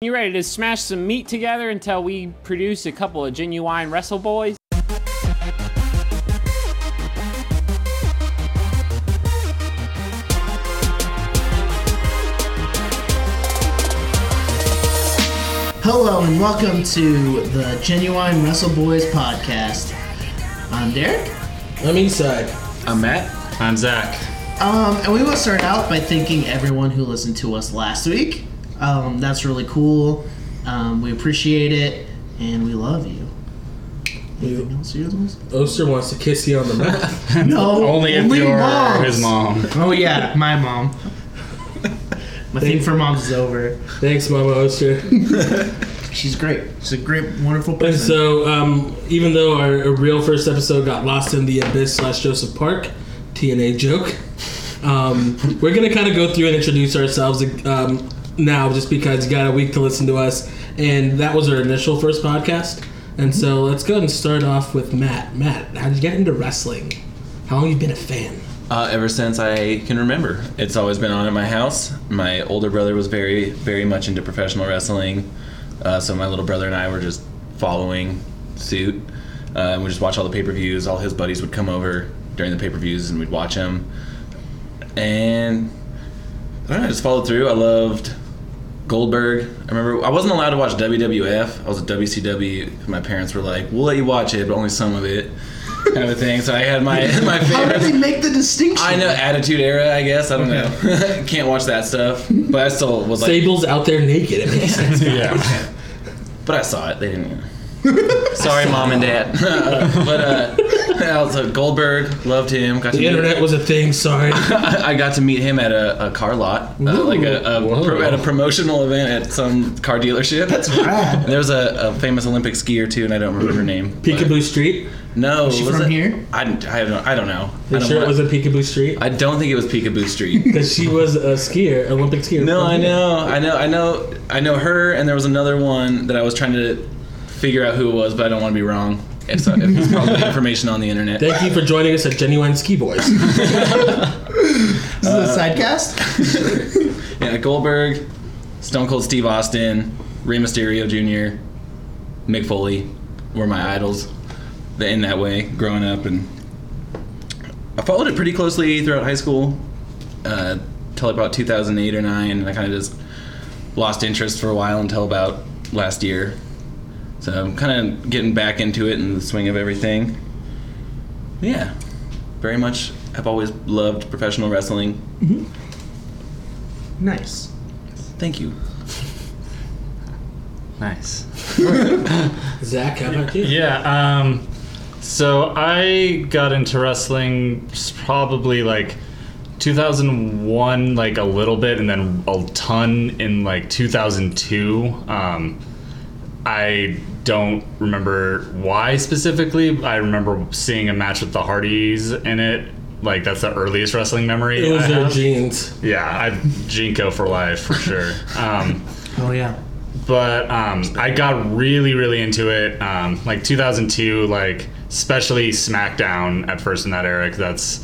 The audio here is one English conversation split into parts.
You ready to smash some meat together until we produce a couple of genuine wrestle boys? Hello and welcome to the Genuine Wrestle Boys podcast. I'm Derek, I'm Eastside. I'm Matt. I'm Zach. um, and we will start out by thanking everyone who listened to us last week. Um, that's really cool. Um, we appreciate it, and we love you. Anything else you guys want to Oster wants to kiss you on the mouth. say? No, Only if only you're moms. his mom. Oh yeah, my mom. My thing for moms is over. Thanks, Mama Oster. She's great. She's a great, wonderful And person. uh, so, um, even though our, our real first episode got lost in the abyss slash Joseph Park, TNA joke, um, we're gonna kind of go through and introduce ourselves um, now, just because you got a week to listen to us, and that was our initial first podcast. And so, let's go and start off with Matt. Matt, how did you get into wrestling? How long you been a fan? Uh, ever since I can remember, it's always been on in my house. My older brother was very, very much into professional wrestling, uh, so my little brother and I were just following suit. Uh, and we just watch all the pay-per-views. All his buddies would come over during the pay-per-views, and we'd watch them. And I don't know, I just followed through. I loved Goldberg. I remember I wasn't allowed to watch WWF. I was a WCW. My parents were like, "We'll let you watch it, but only some of it." Kind of a thing. So I had my my How did favorites. they make the distinction? I know Attitude Era, I guess. I don't know. Can't watch that stuff, but I still was like, Sable's out there naked. It makes sense. yeah. But I saw it. They didn't. Sorry, mom and dad. but uh, I was like, Goldberg loved him. Got to The meet- internet was a thing. Sorry. I got to meet him at a, a car lot, uh, Ooh, like a, a whoa. pro, at a promotional event at some car dealership. That's rad. There was a, a famous Olympic skier too, and I don't remember her name. but- Peekaboo Street. No, she was from it- here? I, don't- I don't. I don't know. I You don't sure it wanna- was a Peekaboo Street? I don't think it was Peekaboo Street. Because she was a skier, Olympic skier. No, I know, I know, I know, I know her, and there was another one that I was trying to figure out who it was, but I don't want to be wrong. It's, uh, it's probably information on the internet. Thank you for joining us at Genuine Ski Boys. This is a sidecast. Yeah, Goldberg, Stone Cold Steve Austin, Rey Mysterio Jr., Mick Foley were my idols in that way growing up, and I followed it pretty closely throughout high school uh, till about 2008 or 9, and I kind of just lost interest for a while until about last year. So I'm kind of getting back into it and the swing of everything. Yeah, very much. I've always loved professional wrestling. Nice. Thank you. Nice. Zach, how about you? Yeah. Um, so I got into wrestling s- probably like 2001, like a little bit, and then a ton in like 2002. Um, I don't remember why specifically. I remember seeing a match with the Hardys in it. Like that's the earliest wrestling memory. It was I their have. jeans. yeah, I Jinko for life for sure. Um, Oh yeah. but um, I got really, really into it. Um, like 2002, like especially SmackDown at first in that era. 'cause That's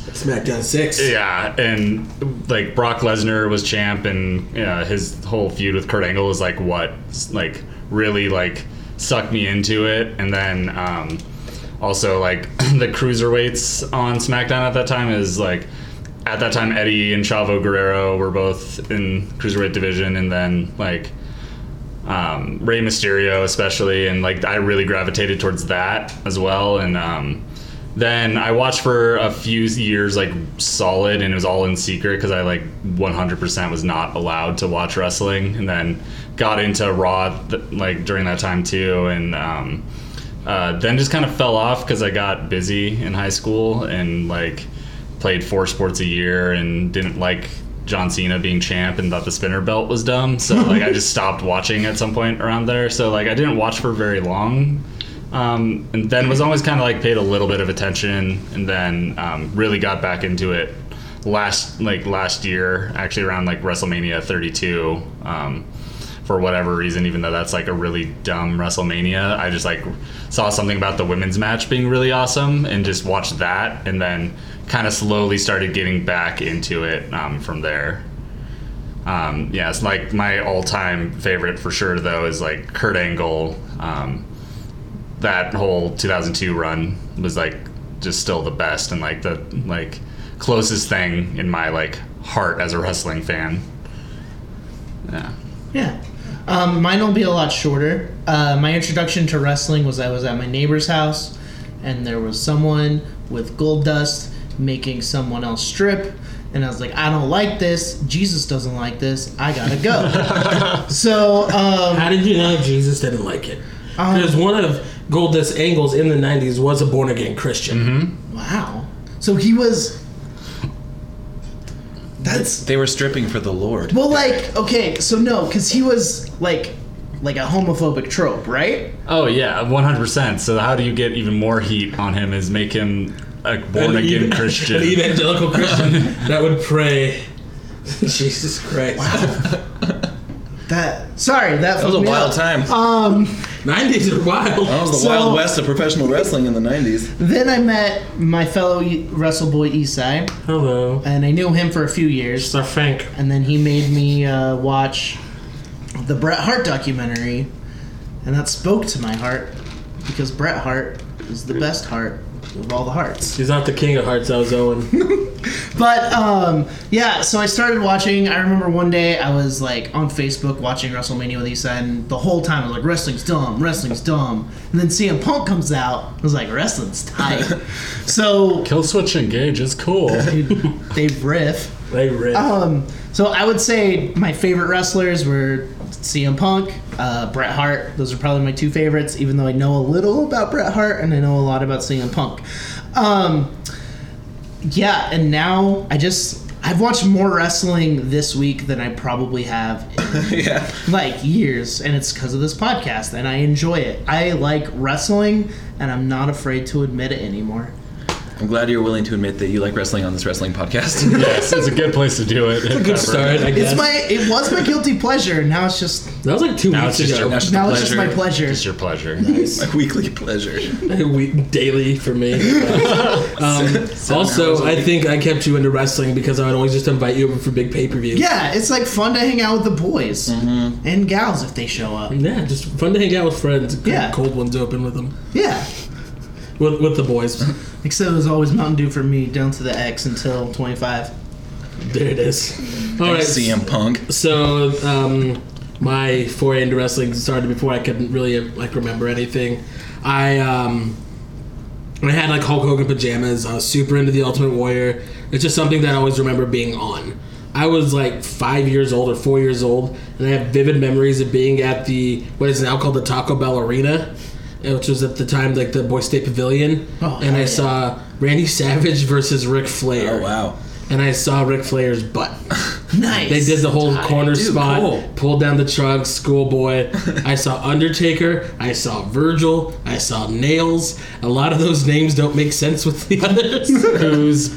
SmackDown 6. yeah, and like Brock Lesnar was champ, and yeah, his whole feud with Kurt Angle was like what, like really like sucked me into it. And then um, also like the cruiserweights on SmackDown at that time is like at that time Eddie and Chavo Guerrero were both in cruiserweight division, and then like um, Rey Mysterio especially, and like I really gravitated towards that as well. And um, then I watched for a few years like solid, and it was all in secret because I like 100% was not allowed to watch wrestling. And then got into Raw th- like during that time too, and um, uh, then just kind of fell off because I got busy in high school and like played four sports a year and didn't like John Cena being champ and thought the spinner belt was dumb. So like I just stopped watching at some point around there. So like I didn't watch for very long. Um, and then was always kind of like paid a little bit of attention and then um, really got back into it last like last year actually around like WrestleMania 32 um, for whatever reason even though that's like a really dumb WrestleMania I just like saw something about the women's match being really awesome and just watched that and then kind of slowly started getting back into it um, from there Um, yeah, it's like my all-time favorite for sure though is like Kurt Angle. Um, that whole 2002 run was like just still the best and like the like closest thing in my like heart as a wrestling fan. Yeah. Yeah. Um, mine will be a lot shorter. Uh, my introduction to wrestling was I was at my neighbor's house, and there was someone with gold dust making someone else strip. And I was like, I don't like this. Jesus doesn't like this. I gotta go. so, um, How did you know Jesus didn't like it? Um, Because one of Goldust's angles in the '90s was a born again Christian. Mm-hmm. wow. So he was. That's They were stripping for the Lord. Well, like, okay, so no, because he was like, like a homophobic trope, right? Oh yeah, 100%. So how do you get even more heat on him is make him a born An again ev- Christian. an evangelical Christian that would pray. Jesus Christ! That sorry, that, That was a wild time. Um, '90s are wild. that was the so- wild west of professional wrestling in the 90s. then I met my fellow Y- Wrestle Boy Isai, Hello, and I knew him for a few years, Sir Frank. and then he made me uh, watch the Bret Hart documentary, and that spoke to my heart because Bret Hart is the best heart of all the hearts. He's not the king of hearts. I was Owen. But um, yeah, so I started watching. I remember one day I was like on Facebook watching WrestleMania with Issa, and the whole time I was like, "Wrestling's dumb, wrestling's dumb." And then CM Punk comes out. I was like, "Wrestling's tight." so Kill switch engage is cool. they riff. They ripped. Um, so I would say my favorite wrestlers were CM Punk, uh, Bret Hart. Those are probably my two favorites, even though I know a little about Bret Hart and I know a lot about CM Punk. Um, yeah, and now I just I've watched more wrestling this week than I probably have in yeah. like years, and it's because of this podcast, and I enjoy it. I like wrestling, and I'm not afraid to admit it anymore. I'm glad you're willing to admit that you like wrestling on this wrestling podcast. yes, it's a good place to do it. It's a Good start. I guess. It's my it was my guilty pleasure, and now it's just that was like two Now weeks it's just ago. Now it's now a it's just my pleasure. pleasure. It's your pleasure. My weekly pleasure. we, daily for me. um, hours also, a I week. think I kept you into wrestling because I would always just invite you over for big pay per views. Yeah, it's like fun to hang out with the boys Mm-hmm. and gals if they show up. Yeah, just fun to hang out with friends. Cold, Yeah. cold ones open with them, Yeah. with, with the boys. Except it was always Mountain Dew for me down to the X until 25. there it is. All right, CM Punk. So um, my foray into wrestling started before I could really like remember anything. I um, I had like Hulk Hogan pajamas. I was super into the Ultimate Warrior. It's just something that I always remember being on. I was like five years old or four years old, and I have vivid memories of being at the what is now called the Taco Bell Arena, uh, which was at the time like the Boy State Pavilion, Oh, and I yeah. saw Randy Savage versus Ric Flair. Oh, wow. And I saw Ric Flair's butt. Nice. They did the whole corner Dude, spot, cool. pulled down the trunk, schoolboy. I saw Undertaker. I saw Virgil. I saw Nails. A lot of those names don't make sense with the others. Whose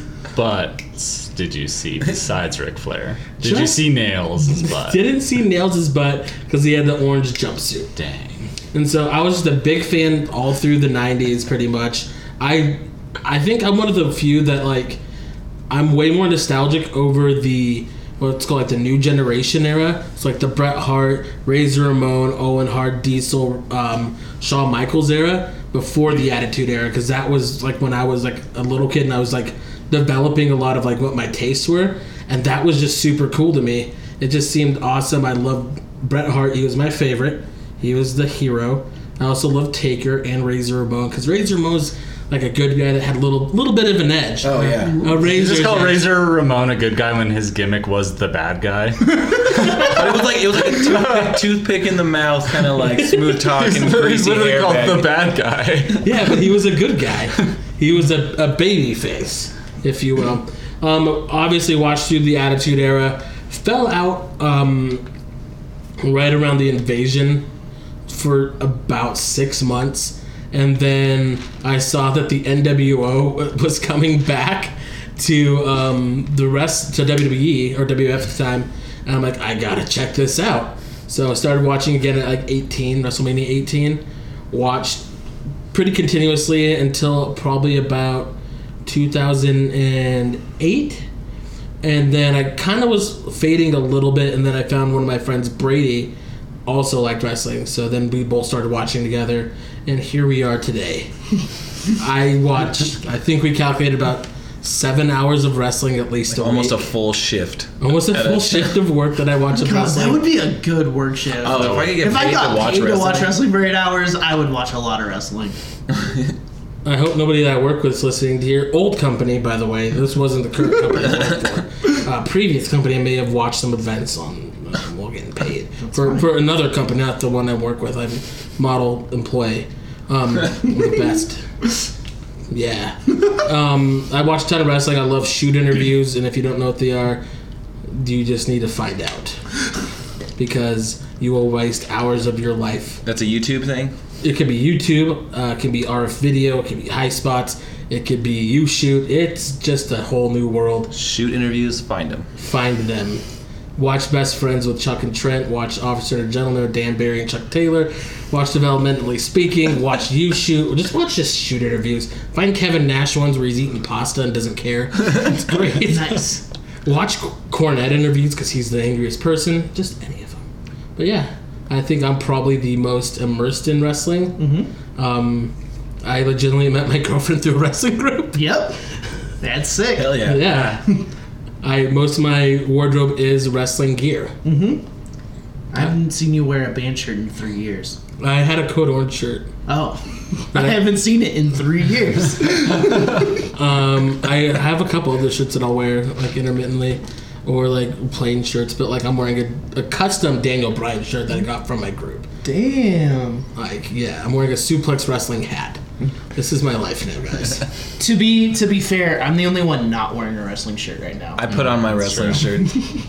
butts did you see besides Ric Flair? Did you Just- see Nails' butt? Didn't see Nails' butt because he had the orange jumpsuit. Dang. And so I was just a big fan all through the '90s, pretty much. I I think I'm one of the few that like I'm way more nostalgic over the what's called like the new generation era. It's like the Bret Hart, Razor Ramon, Owen Hart, Diesel, um, Shawn Michaels era before the Attitude era, because that was like when I was like a little kid and I was like developing a lot of like what my tastes were, and that was just super cool to me. It just seemed awesome. I loved Bret Hart. He was my favorite. He was the hero. I also loved Taker and Razor Ramon because Razor Ramon's like a good guy that had a little little bit of an edge. Oh, yeah. A You razor. just call edge. Razor Ramon a good guy when his gimmick was the bad guy. But it was like it was like a toothpick, toothpick in the mouth, kind of like smooth talking, He's greasy literally called the hairbag. bad guy. Yeah, but he was a good guy. He was a, a baby face, if you will. Um, obviously, watched through the Attitude Era. Fell out um, right around the invasion for about six months. And then I saw that the NWO was coming back to um, the rest, to WWE or WF at the time. And I'm like, I gotta check this out. So I started watching again at like 18, WrestleMania 18. Watched pretty continuously until probably about 2008 and then I kind of was fading a little bit, and then I found one of my friends, Brady, also liked wrestling. So then we both started watching together, and here we are today. I watched. I think we calculated about seven hours of wrestling at least. Almost a week. full shift. almost a full shift of work that I watched of Oh God, that wrestling. would be a good work shift. Oh, if I could get if paid I got to watch paid wrestling, to watch wrestling for eight hours, I would watch a lot of wrestling. I hope nobody that I work with is listening to your old company. By the way, this wasn't the current company I work for. Uh, previous company, I may have watched some events on. uh, While getting paid for, for another company, not the one I work with. I'm model employee. Um, I'm the best. Yeah. Um, I watch a ton of wrestling. I love shoot interviews, and if you don't know what they are, you just need to find out because you will waste hours of your life That's a YouTube thing. it could be YouTube, uh, it can be RF video, it could be high spots, it could be you shoot. It's just a whole new world. Shoot interviews, find them. Find them. Watch Best Friends with Chuck and Trent. Watch Officer and Gentleman with Dan Barry and Chuck Taylor. Watch Developmentally Speaking. Watch You Shoot. Just watch just shoot interviews. Find Kevin Nash ones where he's eating pasta and doesn't care. It's great. Nice. Watch Cornette interviews because he's the angriest person. Just any of them. But yeah, I think I'm probably the most immersed in wrestling. Mm-hmm. Um, I legitimately met my girlfriend through a wrestling group. Yep. That's sick. Hell yeah. Yeah. I most of my wardrobe is wrestling gear. I haven't seen you wear a band shirt in three years. I had a code orange shirt. Oh. I haven't seen it in three years. Um, I have a couple other shirts that I'll wear like intermittently, or like plain shirts. But like I'm wearing a, a custom Daniel Bryan shirt that I got from my group. Damn. Like, yeah, I'm wearing a suplex wrestling hat. This is my life now, guys. To be to be fair, I'm the only one not wearing a wrestling shirt right now. I put on my wrestling shirt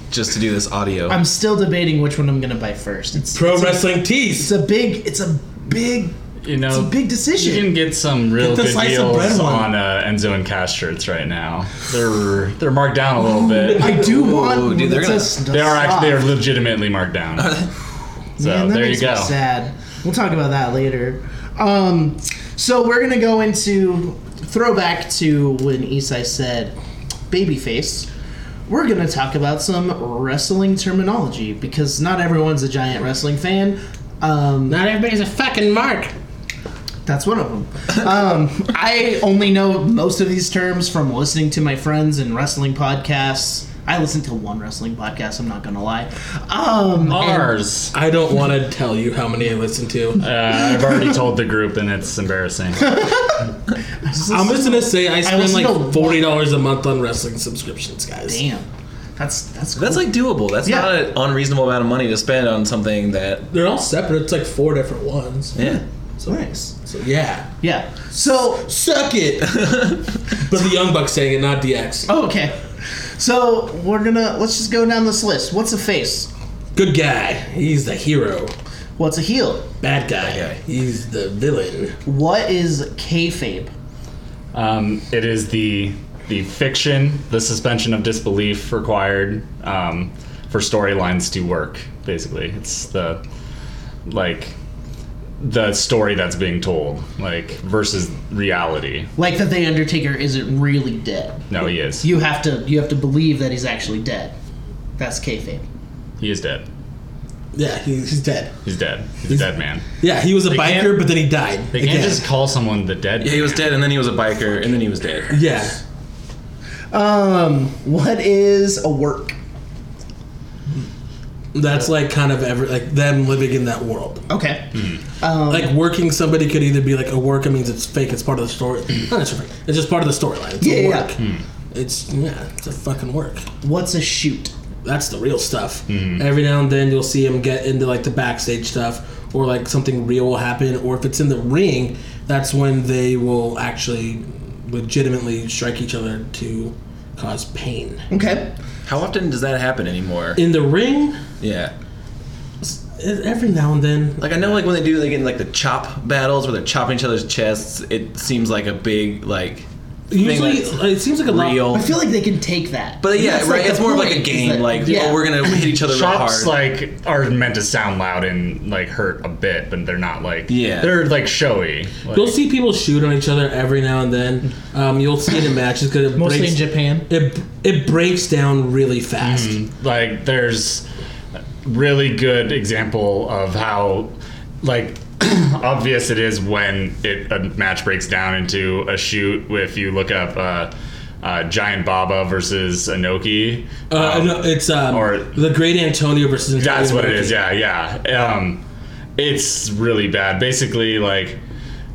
just to do this audio. I'm still debating which one I'm gonna buy first. It's Pro it's a- wrestling tees. It's a big. It's a big. You know, It's a big You decision. can get some real Get the good slice of bread deals one. on uh, Enzo and Cash shirts right now. They're they're marked down a little bit. I do want. Ooh, dude, they're that's a- They are stop. actually they are legitimately marked down. So Man, that there you makes me go. sad. We'll talk about that later. Um, so we're gonna go into throwback to when Isai said babyface. We're gonna talk about some wrestling terminology because not everyone's a giant wrestling fan. Um, Not everybody's a fucking mark. that's one of them. Um, I only know most of these terms from listening to my friends and wrestling podcasts. I listen to one wrestling podcast. I'm not gonna lie. Um, Ours. I don't want to tell you how many I listen to. Uh, I've already told the group, and it's embarrassing. I'm just gonna say I spend listen to like one. forty dollars a month on wrestling subscriptions, guys. damn, that's that's cool. That's like doable. That's Yeah. not an unreasonable amount of money to spend on something that. They're all separate. It's like four different ones. Yeah. nice. So yeah, Yeah. So, suck it. but the Young Bucks saying it, not DX. oh, okay. So, we're gonna, let's just go down this list. What's a face? Good guy. He's the hero. What's a heel? Bad guy. guy. He's the villain. What is kayfabe? Um, it is the the fiction, the suspension of disbelief required um, for storylines to work. Basically, it's the like the story that's being told, like versus reality. Like that the Undertaker isn't really dead. No, he is. You have to, you have to believe that he's actually dead. That's kayfabe. He is dead. Yeah, he, he's dead. He's dead. He's, He's- a dead man. Yeah, he was a can't- biker, but then he died. They can't again. just call someone the dead. Yeah, he was man. dead, and then he was a biker, and then he was dead. yeah. Um, what is a work? That's like kind of ever like them living in that world. Okay. Hmm. Um, Like working somebody could either be like a work. I mean, it's fake. It's part of the story. Not necessarily. fake. It's just part of the storyline. It's Yeah, a yeah. work. Hmm. It's yeah. It's a fucking work. what's a shoot? That's the real stuff. Mm-hmm. Every now and then you'll see him get into like the backstage stuff, or like something real will happen, or if it's in the ring, that's when they will actually legitimately strike each other to cause pain. Okay. How often does that happen anymore? In the ring, Yeah. every now and then. Like I know, like when they do, they get in like the chop battles where they're chopping each other's chests. It seems like a big like Usually, that's it seems like a lot. real. I feel like they can take that. But yeah, That's, right. like, the it's more of like point, a is game. that- like, yeah. oh, we're gonna hit each other real Shots hard. like are meant to sound loud and like hurt a bit, but they're not like Yeah. they're like showy. Like, You'll see people shoot on each other every now and then. Um, you'll see it in matches because it mostly breaks, in Japan. It it breaks down really fast. Mm-hmm. like there's a really good example of how like obvious it is when it a match breaks down into a shoot if you look up uh, uh, giant baba versus anoki Uh, Um, no, it's um, or- the Great Antonio versus. Antonio That's what it Inoki. is. Yeah, yeah. Um, it's really bad. Basically, like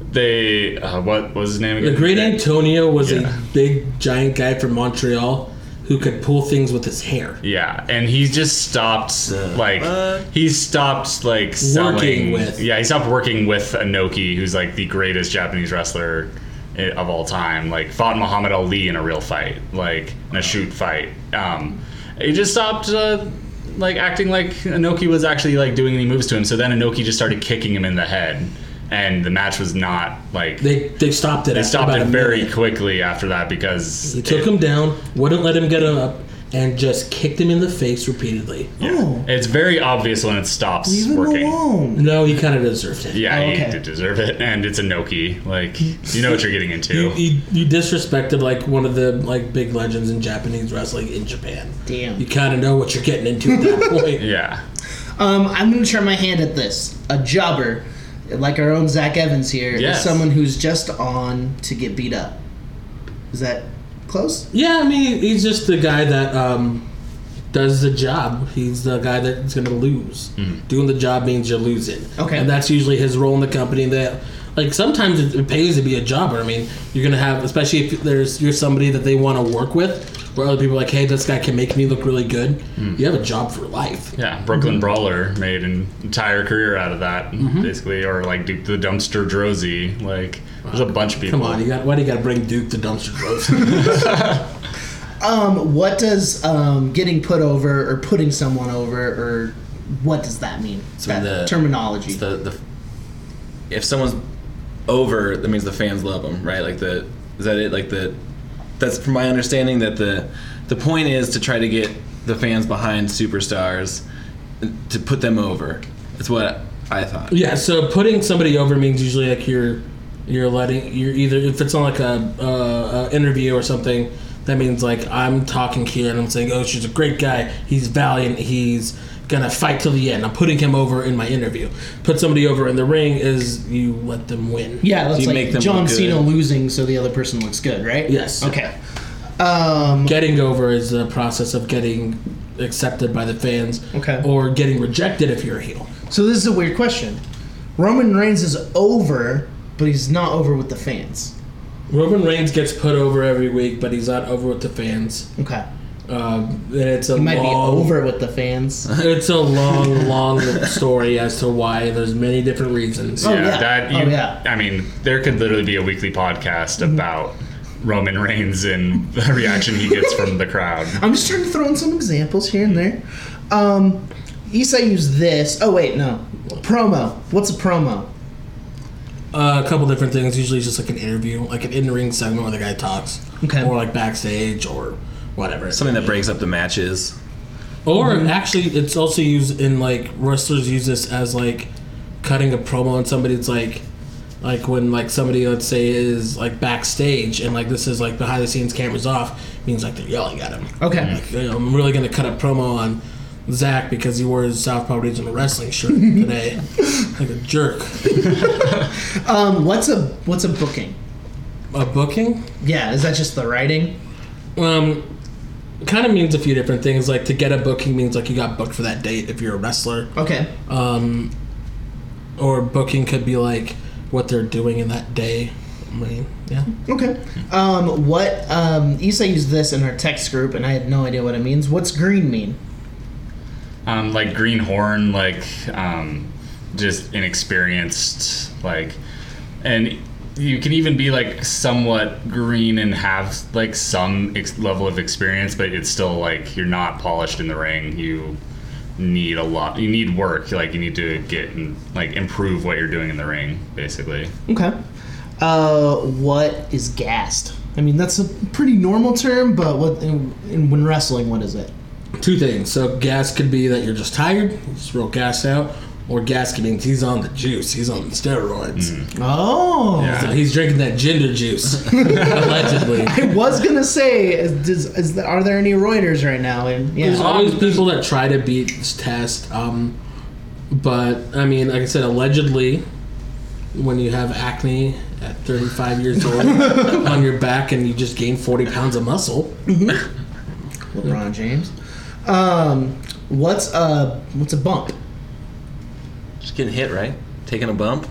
they uh, what was his name again? The Great Antonio was Yeah. a big giant guy from Montreal who could pull things with his hair. Yeah, and he just stopped like what? he stopped like selling. with. Yeah, he stopped working with Anoki, who's like the greatest Japanese wrestler i- of all time. Like fought Muhammad Ali in a real fight, like in a shoot fight. Um, he just stopped. Uh, like acting like Anoki was actually like doing any moves to him, so then Anoki just started kicking him in the head, and the match was not like they, They they stopped it. after stopped about it a very minute. quickly after that because They took it- him down, wouldn't let him get him up, and just kicked him in the face repeatedly. Oh, It's very obvious when it stops leave him working. alone. No, he kind of deserved it. Yeah, Oh, he okay. did deserve it, and it's a Noki. Like you know what you're getting You, into. you, you disrespected like one of the like big legends in Japanese wrestling in Japan. You Damn. kind of know what you're getting into at that point. Yeah, Um, I'm gonna try my hand at this. A jobber, like our own Zach Evans here, is Yes. someone who's just on to get beat up. Is that close? Yeah, I mean, he's just the guy that um, does the job. He's the guy that's going to lose. Doing the job means you're losing. Okay. And that's usually his role in the company. That like sometimes it, it pays to be a jobber. I mean, you're going to have, especially if there's you're somebody that they want to work with, where other people are like, hey, this guy can make me look really good. You have a job for life. yeah. Mhm. Brooklyn Brawler made an entire career out of that, Mm-hmm. basically, or like Duke the Dumpster Drozy. Like there's a bunch of people. Come on, you got why do you got to bring Duke the dumpster Rose? Um, what does um, getting put over or putting someone over or what does that mean? that the- terminology. It's the, the if someone's over, that means the fans love them, right? Like the is that it? Like the that's from my understanding that the the point is to try to get the fans behind superstars to put them over. That's what I thought. Yeah, so putting somebody over means usually like you're you're letting you're either if it's on like a, uh, a interview or something that means like I'm talking here and I'm saying oh she's a great guy he's valiant he's gonna fight till the end I'm putting him over in my interview put somebody over in the ring is you let them win yeah, that's you like make them John look good. Cena losing so the other person looks good, right? Yes. Okay. Um, getting over is the process of getting accepted by the fans Okay. or getting rejected if you're a heel so this is a weird question. Roman Reigns is over, but he's not over with the fans. Roman Reigns gets put over every week but he's not over with the fans Okay. um, and it's a He might be long- over with the fans. It's a long, long story as to why. There's many different reasons. Oh, yeah, yeah. that you. Oh, yeah. Mm-hmm. I mean, there could literally be a weekly podcast about Roman Reigns and the reaction he gets from the crowd. I'm just trying to throw in some examples here and there. Um, Isai used this. Oh, wait, no. Promo. What's a promo? Uh, a couple different things. Usually, it's just like an interview, like an in-ring segment where the guy talks, Okay. or like backstage or whatever. Something that breaks up the matches. Or Mm-hmm. actually, it's also used in like wrestlers use this as like cutting a promo on somebody. It's like like when like somebody let's say is like backstage and like this is like behind the scenes cameras off means like they're yelling at him. Okay. You know, I'm really gonna cut a promo on Zach because he wore his Southpaw Regional Wrestling shirt today, like a jerk. Um, what's a what's a booking? A booking, Yeah, is that just the writing? um, kind of means a few different things. Like to get a booking means like you got booked for that date if you're a wrestler, Okay. um, or booking could be like what they're doing in that day. I mean, yeah. Okay. Um, what um, Isai used this in our text group, and I had no idea what it means. What's green mean? um, like greenhorn, like um, just inexperienced, like, and you can even be like somewhat green and have like some ex- level of experience, but it's still like you're not polished in the ring. You need a lot. You need work. Like you need to get and like improve what you're doing in the ring, basically. Okay. Uh, what is gassed? I mean, that's a pretty normal term, but what in, in, when wrestling, what is it? Two things. So gas could be that you're just tired, you just real gas out, or gas could mean he's on the juice, he's on the steroids. Oh. So he's drinking that ginger juice, allegedly. I was gonna say, is, does, is, are there any Reuters right now? And There's yeah, always people that try to beat this test, um, but I mean, like I said, allegedly, when you have acne at 35 years old on your back and you just gain 40 pounds of muscle, LeBron James. Um, what's a what's a bump? Just getting hit, right? Taking a bump.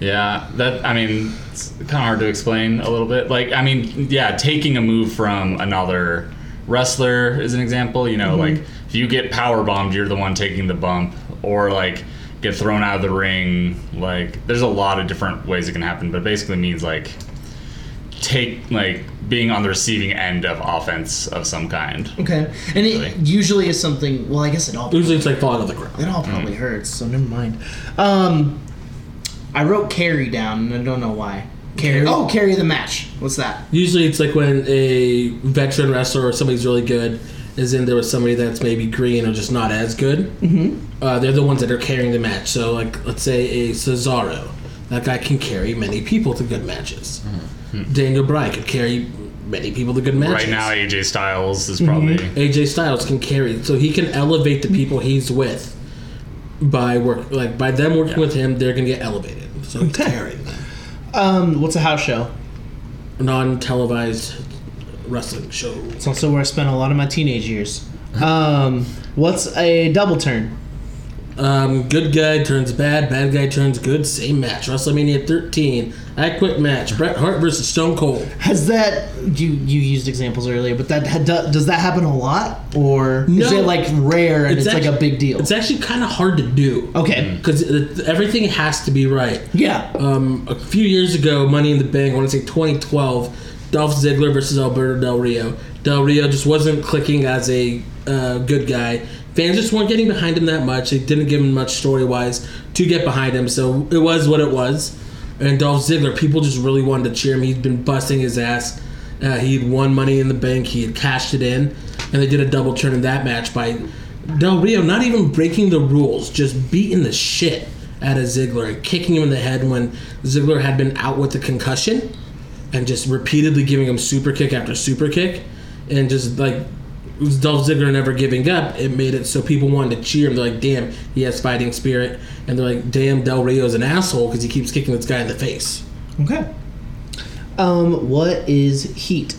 Yeah, that I mean, it's kind of hard to explain a little bit. Like, I mean, yeah, taking a move from another wrestler is an example. You know, like if you get power bombed, you're the one taking the bump, or like get thrown out of the ring. Like, there's a lot of different ways it can happen, but it basically means like take like being on the receiving end of offense of some kind. Okay, and it usually is something. Well, I guess it all usually it's like falling on the ground. it all probably hurts. So never mind. Um, I wrote carry down, and I don't know why. Carry. Oh, carry the match. What's that? Usually, it's like when a veteran wrestler or somebody's really good is in there with somebody that's maybe green or just not as good. Mm-hmm. Uh, they're the ones that are carrying the match. So, like, let's say a Cesaro, that guy can carry many people to good matches. Daniel Bryan could carry many people to good matches. Mm-hmm. Right now, AJ Styles is probably AJ Styles can carry, so he can elevate the people he's with by work, like by them working with him, they're gonna get elevated. So he's carrying them. Um, what's a house show? non-televised wrestling show. It's also where I spent a lot of my teenage years. Um, what's a double turn? Um, good guy turns bad, bad guy turns good. Same match. WrestleMania 13. I quit match. Bret Hart versus Stone Cold. Has that you you used examples earlier, but that had, does that happen a lot, or is No. it like rare and it's, like actu- a big deal? It's actually kind of hard to do. okay, Mm-hmm. Because everything has to be right. yeah, Um, a few years ago, Money in the Bank, I want to say 2012, Dolph Ziggler versus Alberto Del Rio. Del Rio just wasn't clicking as a uh, good guy. Fans just weren't getting behind him that much. They didn't give him much story wise to get behind him, so it was what it was. And Dolph Ziggler, people just really wanted to cheer him. He'd been busting his ass. Uh, he had won Money in the Bank. He had cashed it in, and they did a double turn in that match by Del Rio not even breaking the rules, just beating the shit out of Ziggler and kicking him in the head when Ziggler had been out with a concussion, and just repeatedly giving him super kick after super kick, and just like Dolph Ziggler never giving up, it made it so people wanted to cheer him. They're like, "Damn, he has fighting spirit," and they're like, "Damn, Del Rio's an asshole because he keeps kicking this guy in the face." okay. Um, what is heat?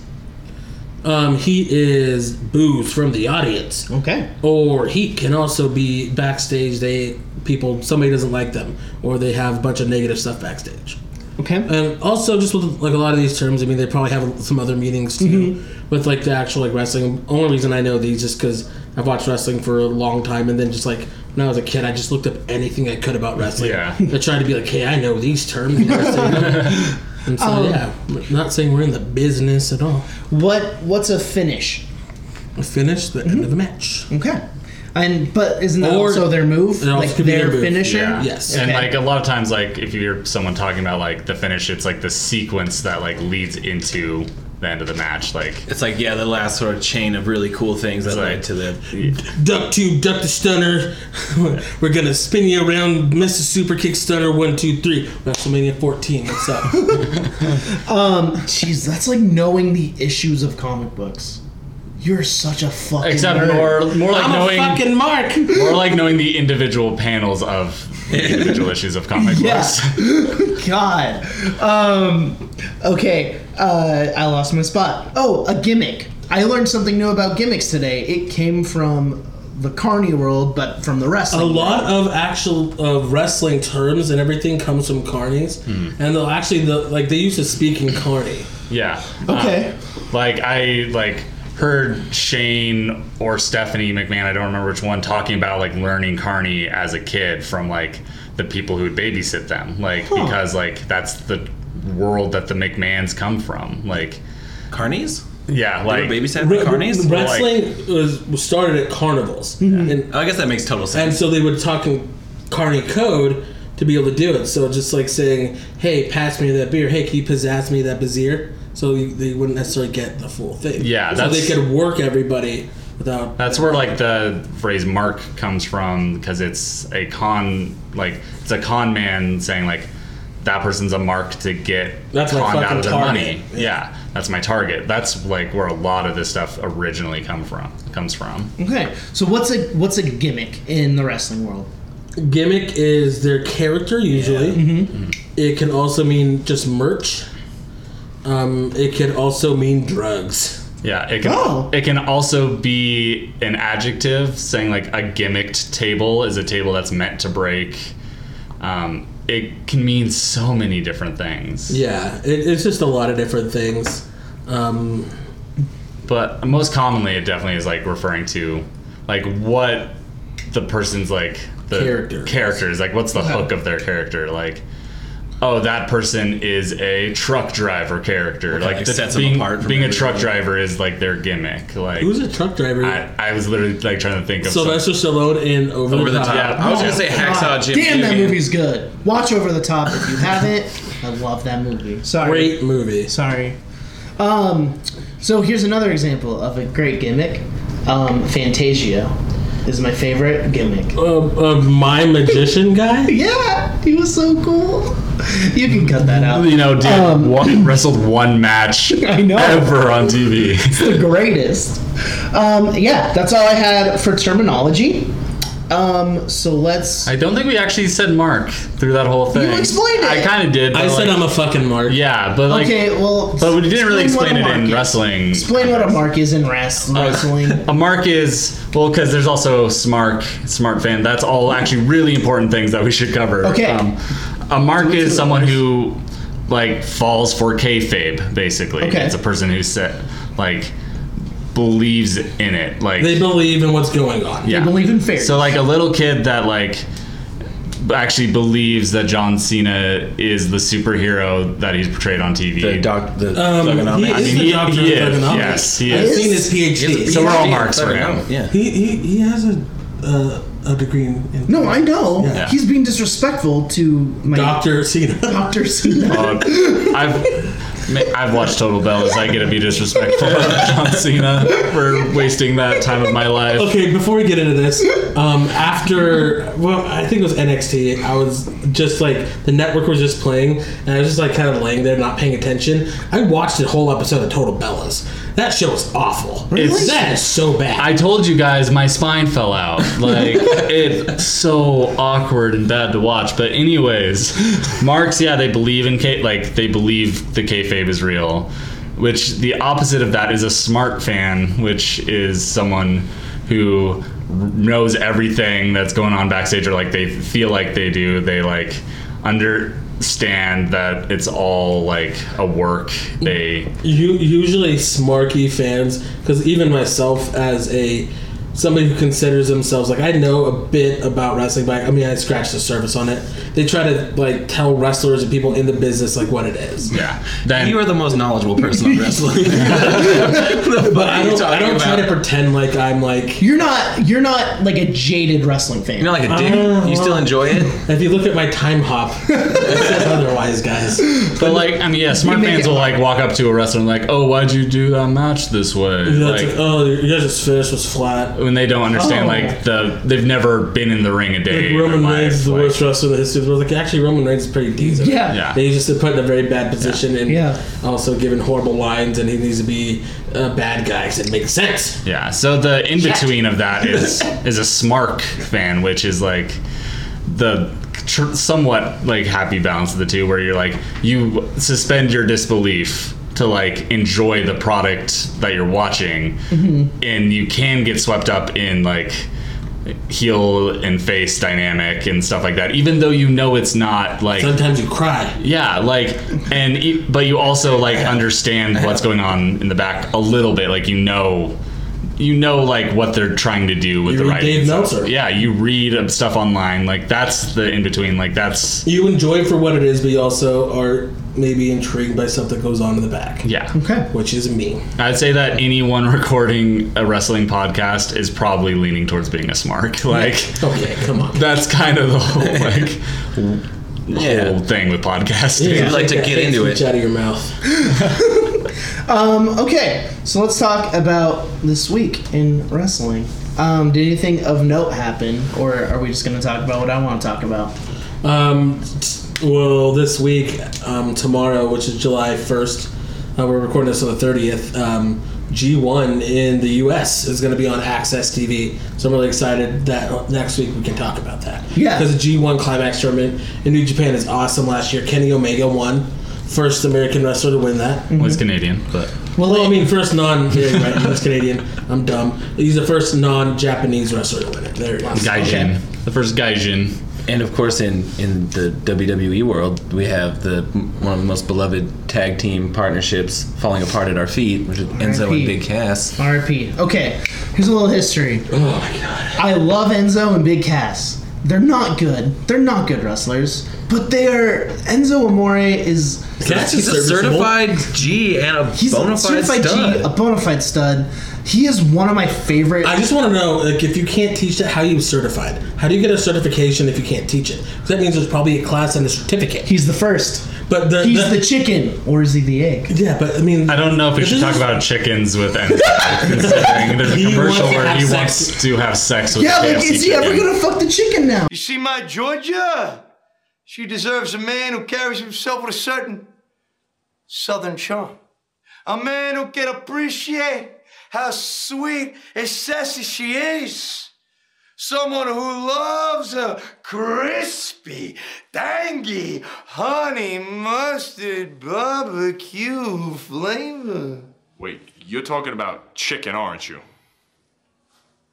Um, he is booed from the audience. Okay, or heat can also be backstage they people somebody doesn't like them or they have a bunch of negative stuff backstage okay. and also just with like a lot of these terms i mean they probably have some other meanings too with like the actual like wrestling only reason i know these is because i've watched wrestling for a long time and then just like when i was a kid i just looked up anything i could about wrestling Yeah. i tried to be like hey i know these terms and so yeah I'm not saying we're in the business at all What what's a finish? finish the end of the match Okay, and but isn't that Or- also their move? It also Like could be their their move, finisher? Yeah. Yes. And Okay. like a lot of times, like if you hear someone talking about like the finish, it's like the sequence that like leads into the end of the match. Like It's like yeah, the last sort of chain of really cool things that like- led to the duck tube, duck the stunner. We're gonna spin you around, miss the super kick stunner. One, two, three. WrestleMania 14. What's up? Jeez, that's like knowing the issues of comic books. You're such a fucking except nerd. more more like I'm a knowing fucking mark. more like knowing the individual panels of the individual issues of comic Yes. books. God. Um, okay. Uh, I lost my spot. Oh, a gimmick. I learned something new about gimmicks today. It came from the carny world, but from the wrestling. A lot of actual of wrestling terms and everything comes from carnies, Hmm. and they'll actually the, like they used to speak in carny. Yeah. Okay. Um, like I like heard Shane or Stephanie McMahon, I don't remember which one, talking about like learning Carney as a kid from like the people who would babysit them. Like because like that's the world that the McMahons come from. Like carnies. yeah, Like, like babysat the carnies. re- Wrestling was, was started at carnivals, Hmm. and Oh, I guess that makes total And sense. so they would talk in carny code to be able to do it. So just like saying, "Hey, pass me that beer. Hey, can you pizzazz me that beer?" so you- they wouldn't necessarily get the full thing. Yeah, so that's- they could work everybody without. That's where like the phrase "mark" comes from because it's a con, like it's a con man saying like that person's a mark to get That's my conned out fucking of their target. money. Yeah. that's my target. That's like where a lot of this stuff originally come from. Comes from. Okay, so what's a what's a gimmick in the wrestling world? Gimmick is their character usually. Mm-hmm. It can also mean just merch. Um, it can also mean drugs. Yeah, it can. Oh. It can also be an adjective saying like a gimmicked table is a table that's meant to break. Um, it can mean so many different things. Yeah, it, it's just a lot of different things. Um, but most commonly it definitely is like referring to like what the person's like the Character. character is like what's the hook of their character like oh that person is a truck driver character like, like the- sets them being, apart from being a truck everybody. driver is like their gimmick like who's a truck driver? I, I was literally like trying to think of some- Sylvester Stallone in Over, Over the top. Yeah. I was gonna say Oh God, Hacksaw Jim. Damn, that Dugan. movie's good. Watch Over the Top if you haven't. I love that movie. Sorry. Great movie. Sorry. Um, so here's another example of a great gimmick. Um, Fantasia is my favorite gimmick. Of of my magician guy. Yeah, he was so cool. You can cut that out. you know dude Um, one, wrestled one match I know. ever on TV the greatest. Um, yeah, that's all I had for terminology. Um, so let's. I don't think we actually said Mark through that whole thing explained it. I kind of did I but, said like- I'm a fucking mark. yeah but like okay, well. But we didn't really what explain a it in mark is. wrestling. Uh, Explain what a mark is in wrest- wrestling. A mark is well, because there's also smart, smart fan. That's all actually really important things that we should cover. Um, Okay. a mark is someone who like falls for kayfabe. Basically, Okay. it's a person who set like believes in it. Like They believe in what's going on. yeah. I believe in fair. So like a little kid that like actually believes that John Cena is the superhero that he's portrayed on TV. The doc, the Um, he thugonomics. is mean, the he- doctor he of is, thugonomics. yes, he I've is. seen his PhD. So we're all PhD in marks for him. thugonomics, Yeah. he, he he has a uh, a degree in no, I know. Yeah. He's being disrespectful to my Doctor Cena. Dr. Cena. Uh, I've ma- I've watched Total Bellas. I get to be disrespectful to John Cena for wasting that time of my life. Okay, before we get into this, um, after well, I think it was NXT. I was just like the network was just playing, and I was just like kind of laying there, not paying attention. I watched a whole episode of Total Bellas. That show was awful. It's- that is so bad. I told you guys my spine fell out. Like it's so awkward and bad to watch. But anyways, Marks, yeah, they believe in K like they believe the kayfabe is real. Which the opposite of that is a smart fan, which is someone who knows everything that's going on backstage or like they feel like they do. They like understand that it's all like a work. They you usually smarky fans because even myself as a somebody who considers themselves like i know a bit about wrestling but i mean i scratched the surface on it they try to like tell wrestlers and people in the business like what it is yeah. Then You are the most knowledgeable person on wrestling. but i you don't, I talking don't try about? to pretend like i'm like You're not you're not like a jaded wrestling fan. You're not like a dick. Oh, you still enjoy it. if you look at my time hop it says otherwise guys But like, I mean, yeah, smart make fans it will like walk up to a wrestler and like, oh, why'd you do that match this way? That's Like like, oh you guys' finish was flat when they don't understand Oh. like the they've never been in the ring a day. like in their roman reigns is life, the like- worst wrestler in the history of the world like actually roman reigns is pretty decent Yeah. Yeah. They just put in a very bad position and Yeah. also given horrible lines, and he needs to be a bad guy because it makes sense. Yeah. So the in between of that is is a smark fan, which is like the tr- somewhat like happy balance of the two, where you're like you suspend your disbelief to like enjoy the product that you're watching, and you can get swept up in like heel and face dynamic and stuff like that, even though you know it's not like Sometimes you cry. yeah, like, and e- but you also like understand what's going on in the back a little bit. Like you know, you know, like what they're trying to do with You the read writing. Dave and stuff. Meltzer. Yeah, you read um, stuff online. Like that's the in between. Like that's You enjoy it for what it is, but you also are maybe intrigued by stuff that goes on in the back, yeah. Okay. which is me. I'd say that anyone recording a wrestling podcast is probably leaning towards being a smart. Like Okay, come on. that's kind of the whole like Yeah. whole thing with podcasting. like to Take get that into speech it. out of your mouth. Um, okay, so let's talk about this week in wrestling. Um, did anything of note happen, or are we just going to talk about what I want to talk about? Um, t- well, this week, um, tomorrow, which is July 1st, uh, we're recording this on the 30th. Um, G1 in the US is going to be on Access TV. So I'm really excited that next week we can talk about that. Yeah. Because the G1 Climax tournament in New Japan is awesome last year. Kenny Omega won. First American wrestler to win that. was Canadian, but Well, I mean, first non. Yeah, right. That's Canadian. I'm dumb. He's the first non-Japanese wrestler to win it. There he is. Gaijin, the first Gaijin. And of course, in, in the WWE world, we have the one of the most beloved tag team partnerships falling apart at our feet, which is RIP. Enzo and Big Cass. RP. Okay, here's a little history. Oh my god. I love Enzo and Big Cass. They're not good. They're not good wrestlers, but they are. Enzo Amore is Cass He's a serviceable. certified G and a he's bona a fide certified stud. G, a bona fide stud. He is one of my favorite. I just want to know, like, if you can't teach that, how are you certified? How do you get a certification if you can't teach it? 'Cause that means there's probably a class and a certificate. he's the first. But the, He's the chicken, or is he the egg? yeah, but I mean, I don't know if we This should is- talk about chickens with Enzo, considering there's He a commercial wants to where have he sex. wants to have sex with Yeah, a like KFC is he ever chicken. gonna fuck the chicken now? You see, my Georgia, she deserves a man who carries himself with a certain southern charm. A man who can appreciate how sweet and sassy she is. Someone who loves a crispy, tangy, honey mustard barbecue flavor. Wait, you're talking about chicken, aren't you?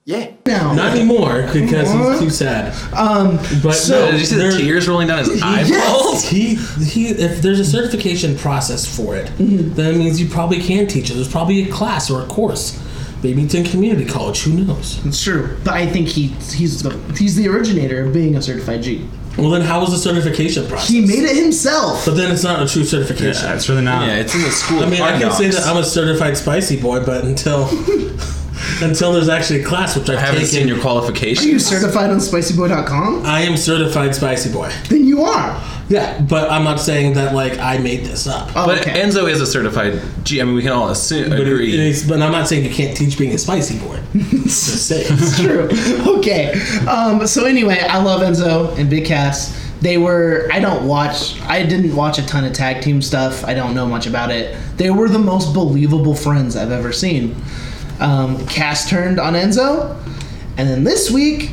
Yeah. Now, not anymore because he's too sad. um, But So- no, Did you see the there- tears rolling down his eyeballs? Yes. He, he, if there's a certification process for it, Mm-hmm. then it means you probably can teach it. There's probably a class or a course. Maybe it's in community college. Who knows? it's true, but I think he he's the, he's the originator of being a certified G. Well, then how was the certification process? He made it himself. But then it's not a true certification. Yeah, it's really not. Yeah, it's in the school. I mean, I can say that I'm a a certified spicy boy, but until until there's actually a class, which I've I have not taken, seen your qualifications. Are you certified on SpicyBoy.com? I am certified spicy boy. Then you are. Yeah, but I'm not saying that like I made this up. Oh, but okay. Enzo is a certified G. I mean, we can all assume, But, it- agree. it's- but I'm not saying you can't teach being a spicy boy. Just saying. True. Okay. Um, so anyway, I love Enzo and Big Cass. They were. I don't watch. I didn't watch a ton of tag team stuff. I don't know much about it. They were the most believable friends I've ever seen. Um, Cass turned on Enzo, and then this week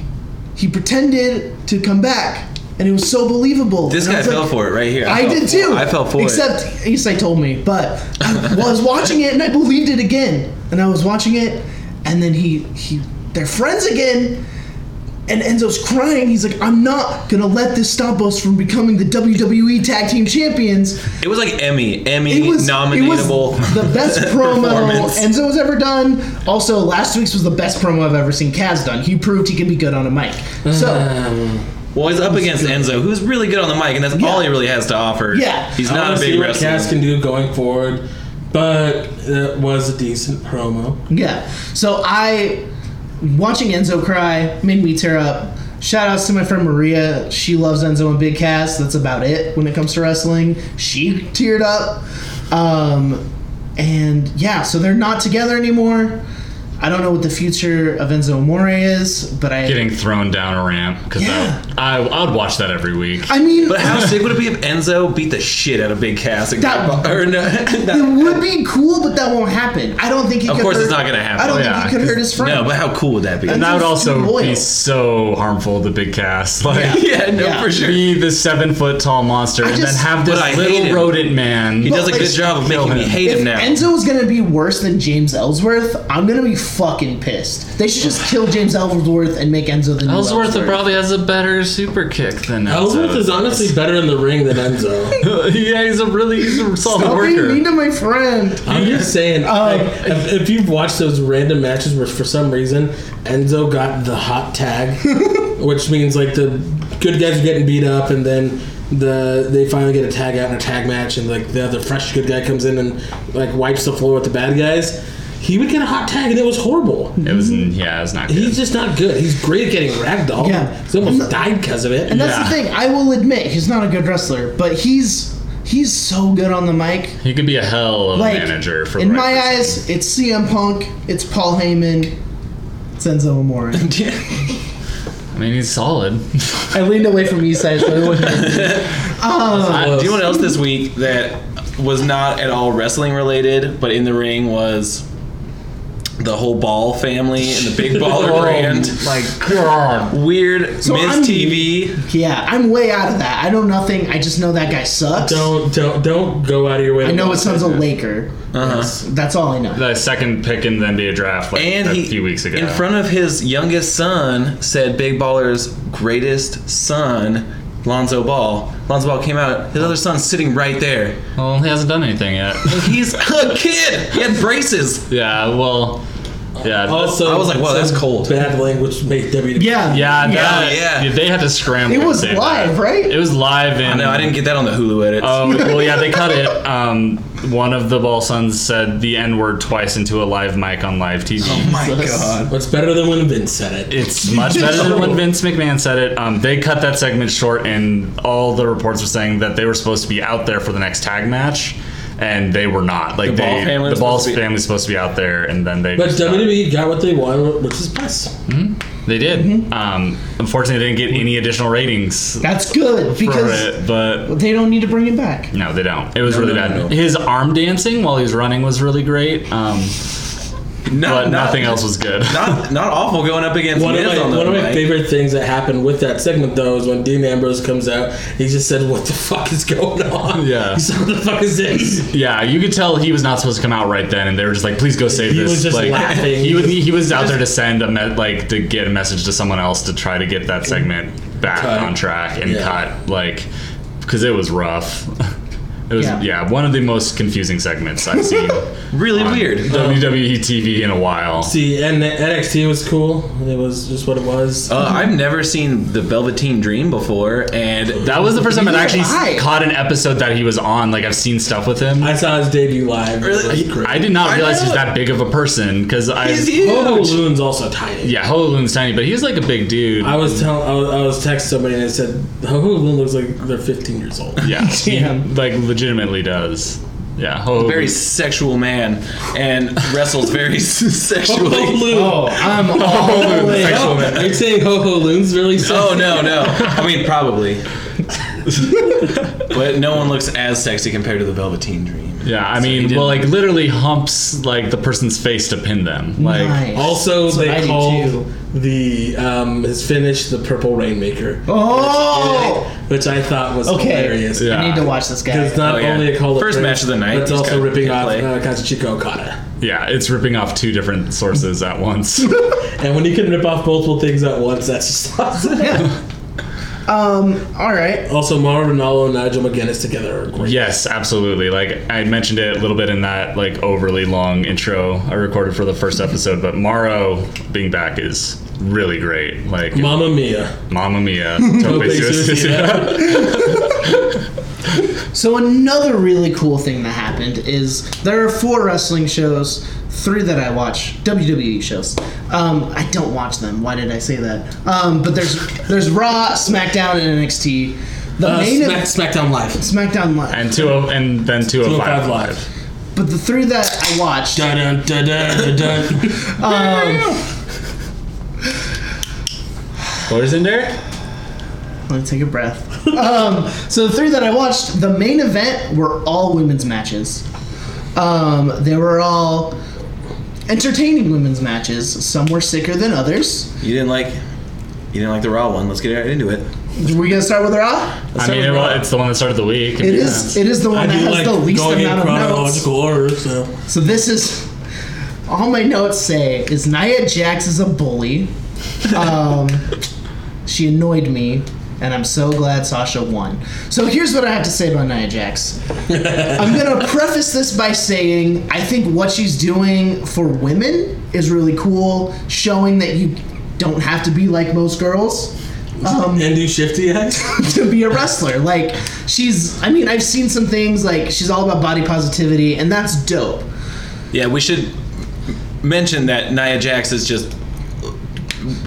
he pretended to come back, and it was so believable. this And I guy was fell like, for it right here. I fell did for- too. I fell for it. Except Isai told me, but I was watching it and I believed it again. And I was watching it, and then he he they're friends again. And Enzo's crying. He's like, "I'm not gonna let this stop us from becoming the WWE Tag Team Champions." It was like Emmy, It Emmy was it was nominatable. the best promo performance. Enzo has ever done. Also, last week's was the best promo I've ever seen Kaz done. He proved he can be good on a mic. So Um, well, he's up against Enzo, who's really good on the mic, and that's all he really has to offer. Yeah. he's I not wanna a see big what wrestler. Cass can do going forward, but it was a decent promo. Yeah. So I watching Enzo cry made me tear up. Shout outs to my friend Maria. She loves Enzo and Big Cass. That's about it when it comes to wrestling. She teared up. Um, and yeah, so they're not together anymore. I don't know what the future of Enzo Amore is, but I Getting thrown down a ramp because Yeah. I, I I'd watch that every week. I mean But how sick would it be if Enzo beat the shit out of Big Cass? And That- got, or no, it that, would be cool, but that won't happen. I don't think he Of could course hurt, it's not gonna happen. I don't Yeah, think he could hurt his friend. no, but how cool would that be? and that would Enzo's too also loyal. be so harmful to Big Cass. Like yeah, no, Yeah. for sure. He be the seven foot tall monster, and then just- have this But I hate little him. rodent man. He does a like, good job of making me him. hate if him now. Enzo is gonna be worse than James Ellsworth, I'm gonna be fucking pissed. They should just kill James Ellsworth and make Enzo the new Ellsworth. Ellsworth probably has a better super kick than Ellsworth is honestly better in the ring than Enzo. yeah, he's a really he's a solid Stop being worker. mean to my friend. I'm just saying, Um, like, if, if you've watched those random matches where for some reason Enzo got the hot tag, which means like the good guys are getting beat up, and then the they finally get a tag out in a tag match, and like the other fresh good guy comes in and like wipes the floor with the bad guys. He would get a hot tag, and it was horrible. It was yeah, it's not good. He's just not good. He's great at getting ragdoll. Yeah. he's almost died because of it. And that's Yeah. the thing. I will admit he's not a good wrestler, but he's He's so good on the mic. He could be a hell of Like a manager for in the right my person. eyes, it's CM Punk, it's Paul Heyman, it's Enzo Amore. I mean, he's solid. I leaned away from East Side, so it wouldn't. Um, Uh, do you know what else this week that was not at all wrestling related, but in the ring was the whole Ball family and the Big Baller Brand. Like, God. Weird Miss I'm- TV. Yeah, I'm way out of that. I know nothing. I just know that guy sucks. Don't don't don't go out of your way. I to know it watch sounds a that. Laker. Uh-huh. That's, that's all I know. The second pick in the NBA draft like And a he, few weeks ago. in front of his youngest son, said Big Baller's greatest son, Lonzo Ball. Lonzo Ball came out. His other son's sitting right there. well, he hasn't done anything yet. He's a kid. He had braces. yeah, well, yeah. Also, I was like, wow, that's some cold. Bad language made WWE. yeah, yeah, that, Oh, Yeah. yeah, they had to scramble. It was to save live, that. right? It was live in. I know. I didn't get that on the Hulu edit. Oh well, yeah, they cut it. Um, one of the Ball Sons said the N word twice into a live mic on live TV. Oh my God. What's better than when Vince said it? It's much better than when Vince McMahon said it. Um, they cut that segment short, and all the reports were saying that they were supposed to be out there for the next tag match, and they were not. Like The Ball they, family the was Ball's supposed to be- family was supposed to be out there, and then they. But just cut it. WWE got what they wanted, which is press. E They did. Mm-hmm. Um, unfortunately, they didn't get any additional ratings That's good for because it, but they don't need to bring it back. no, they don't. It was No, really no, bad. no, no. His arm dancing while he was running was really great, um, Not, but not- nothing else was good. Not, not awful going up against One of Miz my on the one of my mic. favorite things that happened with that segment though is when Dean Ambrose comes out, he just said, "What the fuck is going on?" Yeah. He said, "What the fuck is this?" yeah, you could tell he was not supposed to come out right then, and they were just like, "Please go save He this." was just like, laughing. He was he was out there to send a me- like to get a message to someone else to try to get that segment back Cut. on track and Yeah. cut like because it was rough. It was Yeah. yeah. one of the most confusing segments I've seen. Really on weird. WWE TV in a while. See, and the NXT was cool. It was just what it was. Uh, I've never seen the Velveteen Dream before, and That was the first time I've Neither actually have I. caught an episode that he was on. Like I've seen stuff with him. I, I saw his debut live. It Really? was great. did not I realize he's know. that big of a person because I. he's huge. Hobo Loon's also tiny. yeah, Hololun's tiny, but he's like a big dude. I was telling, I was, I was texting somebody and I said, "Hobo Loon looks like they're 15 years old." yeah, he, Damn. like legitimately does. Yeah, Hololun. very sexual man, and wrestles very Ho Ho sexually. Loon. Oh, I'm all in. sexual Oh, man. Are you saying Ho Ho Loon's really? Sexy? Oh no, no. I mean, probably. but no one looks as sexy compared to the Velveteen Dream. Yeah, I mean, well, like literally humps like the person's face to pin them. Like, Nice. Also, I they do called too. the um, his finish the Purple Rainmaker, Oh, which I thought was Okay. hilarious. Yeah. I need to watch this guy. It's not Oh, yeah. only a call up First match of the night, but it's he's also got- ripping got off play. uh, Kazuchika Okada. yeah, it's ripping off two different sources at once. And when you can rip off multiple things at once, that's just awesome. Um, all right. Also, Mauro Ronaldo and Nigel McGuinness together are great. yes, absolutely. Like I mentioned it a little bit in that like overly long intro I recorded for the first episode, but Morrow being back is really great. Like, Mamma Mia. Mamma Mia, Tope Tope Suicida. So another really cool thing that happened is there are four wrestling shows, three that I watch, WWE shows. Um, I don't watch them. Why did I say that? Um, but there's there's Raw, SmackDown, and NXT. The Uh, main Smack, SmackDown Live. event, SmackDown Live. and two oh- and then two oh 205 five Live. live. but the three that I watched, Dun dun dun dun dun. dun. Um, What is in there? Let me take a breath. um, so the three that I watched, the main event were all women's matches. Um, they were all entertaining women's matches. Some were sicker than others. You didn't like. You didn't like the Raw one. Let's get right into it. Are we gonna start with Raw? I mean, it, well, it's the one that started the week. It is. It is the one I that do has like the least going in amount of notes. chronological order, so So this is. All my notes say is Nia Jax is a bully. Um, she annoyed me, and I'm so glad Sasha won. So here's what I have to say about Nia Jax. I'm gonna preface this by saying I think what she's doing for women is really cool, showing that you don't have to be like most girls. Um, and do shifty act. to be a wrestler. Like she's I mean, I've seen some things like she's all about body positivity and that's dope. Yeah, we should mention that Nia Jax is just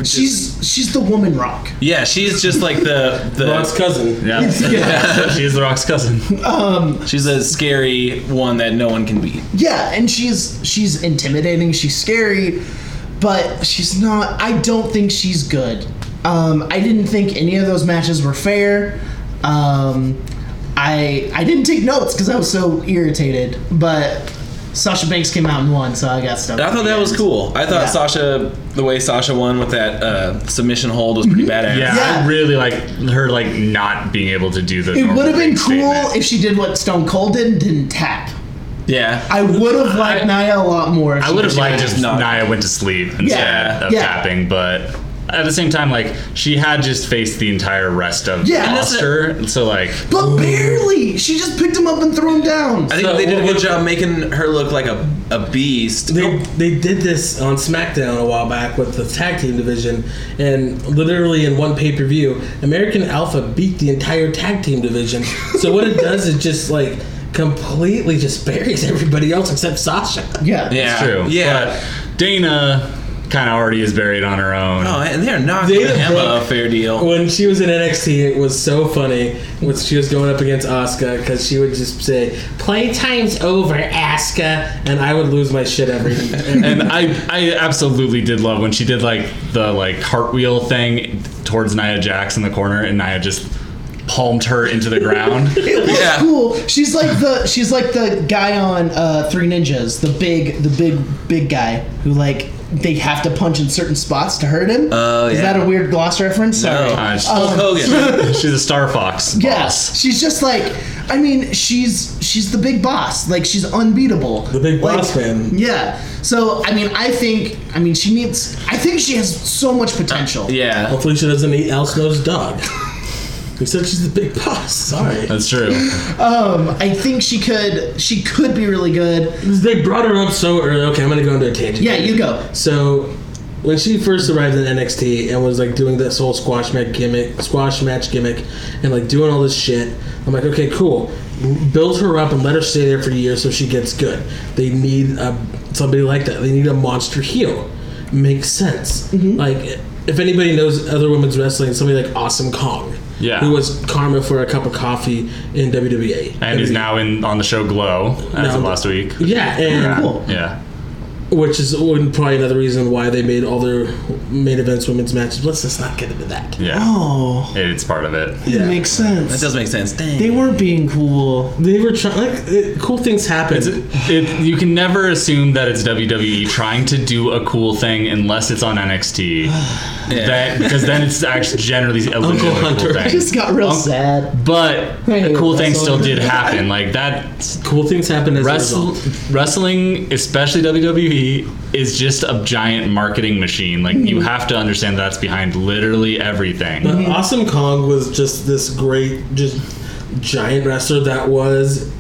She's she's the woman rock. Yeah, she's just like the the Rock's cousin. Yeah. She's the Rock's cousin. she's a scary one that no one can beat. Yeah, and she's she's intimidating. She's scary, but she's not. I don't think she's good. Um, I didn't think any of those matches were fair. Um, I I didn't take notes because I was so irritated. But Sasha Banks came out and won, so I got stuck. I with thought the that was end. cool. I thought Yeah. Sasha, the way Sasha won with that uh, submission hold was pretty badass. Yeah, Yeah. I really like her like not being able to do the. It normal would have been ring cool statement. if she did what Stone Cold did and didn't tap. yeah. I would have liked Nia a lot more. if I she would have did liked that. if not- Nia went to sleep instead Yeah, of yeah. tapping, but at the same time, like she had just faced the entire rest of Yeah, the and that's roster, so like But barely. She just picked him up and threw him down. I think So they did a what- good job making her look like a, a beast. Oh, They, they did this on SmackDown a while back with the tag team division, and literally in one pay per view, American Alpha beat the entire tag team division. So what it does is just like completely just buries everybody else except Sasha. Yeah. yeah. it's true. Yeah. but Dana kind of already is buried on her own. oh, and they're not They giving did Emma Brooke- a fair deal. When she was in NXT, it was so funny when she was going up against Asuka because she would just say, "Playtime's over, Asuka," and I would lose my shit every. and I, I absolutely did love when she did like the like cartwheel thing towards Nia Jax in the corner, and Nia just palmed her into the ground. It was Yeah. cool. She's like the she's like the guy on uh, Three Ninjas, the big the big big guy who like they have to punch in certain spots to hurt him. Oh, Is yeah. that a weird gloss reference? Sorry. Um, Uh, she- Hulk Hogan. she's a Star Fox. boss. Yes, she's just like, I mean, she's she's the big boss. Like she's unbeatable. The big boss man. Yeah. So I mean, I think I mean she needs. I think she has so much potential. yeah. Hopefully, she doesn't eat El Snow's dog. Except she's the big boss. Sorry. That's true. Um, I think she could she could be really good. They brought her up so early. Okay, I'm gonna go into a tangent. Yeah, you go. So when she first arrived in NXT and was like doing this whole squash match gimmick, squash match gimmick, and like doing all this shit, I'm like, okay, cool. Build her up and let her stay there for years so she gets good. They need a, somebody like that. They need a monster heel. Makes sense. Like if anybody knows other women's wrestling, somebody like Awesome Kong. Yeah. Who was Karma for a cup of coffee in E. WWE. And he's WWE. now in on the show Glow uh, as No, of but- last week. Yeah, and Cool. Yeah. which is one- probably another reason why they made all their main events women's matches. Let's just not get into that. Yeah. Oh, It's part of it. it makes sense. That does make sense. Dang. They weren't being cool. They were trying. Like, it, cool things happen. it. You can never assume that it's WWE trying to do a cool thing unless it's on NXT. That- because then it's actually generally a legitimately cool Hunter. thing. I just got real Uncle- sad. But I hate cool things still wrestling. did happen. Like that cool things happen as a Wrestle, result. wrestling, especially WWE, is just a giant marketing machine. Like you have to understand that's behind literally everything. But Awesome Kong was just this great, just giant wrestler that was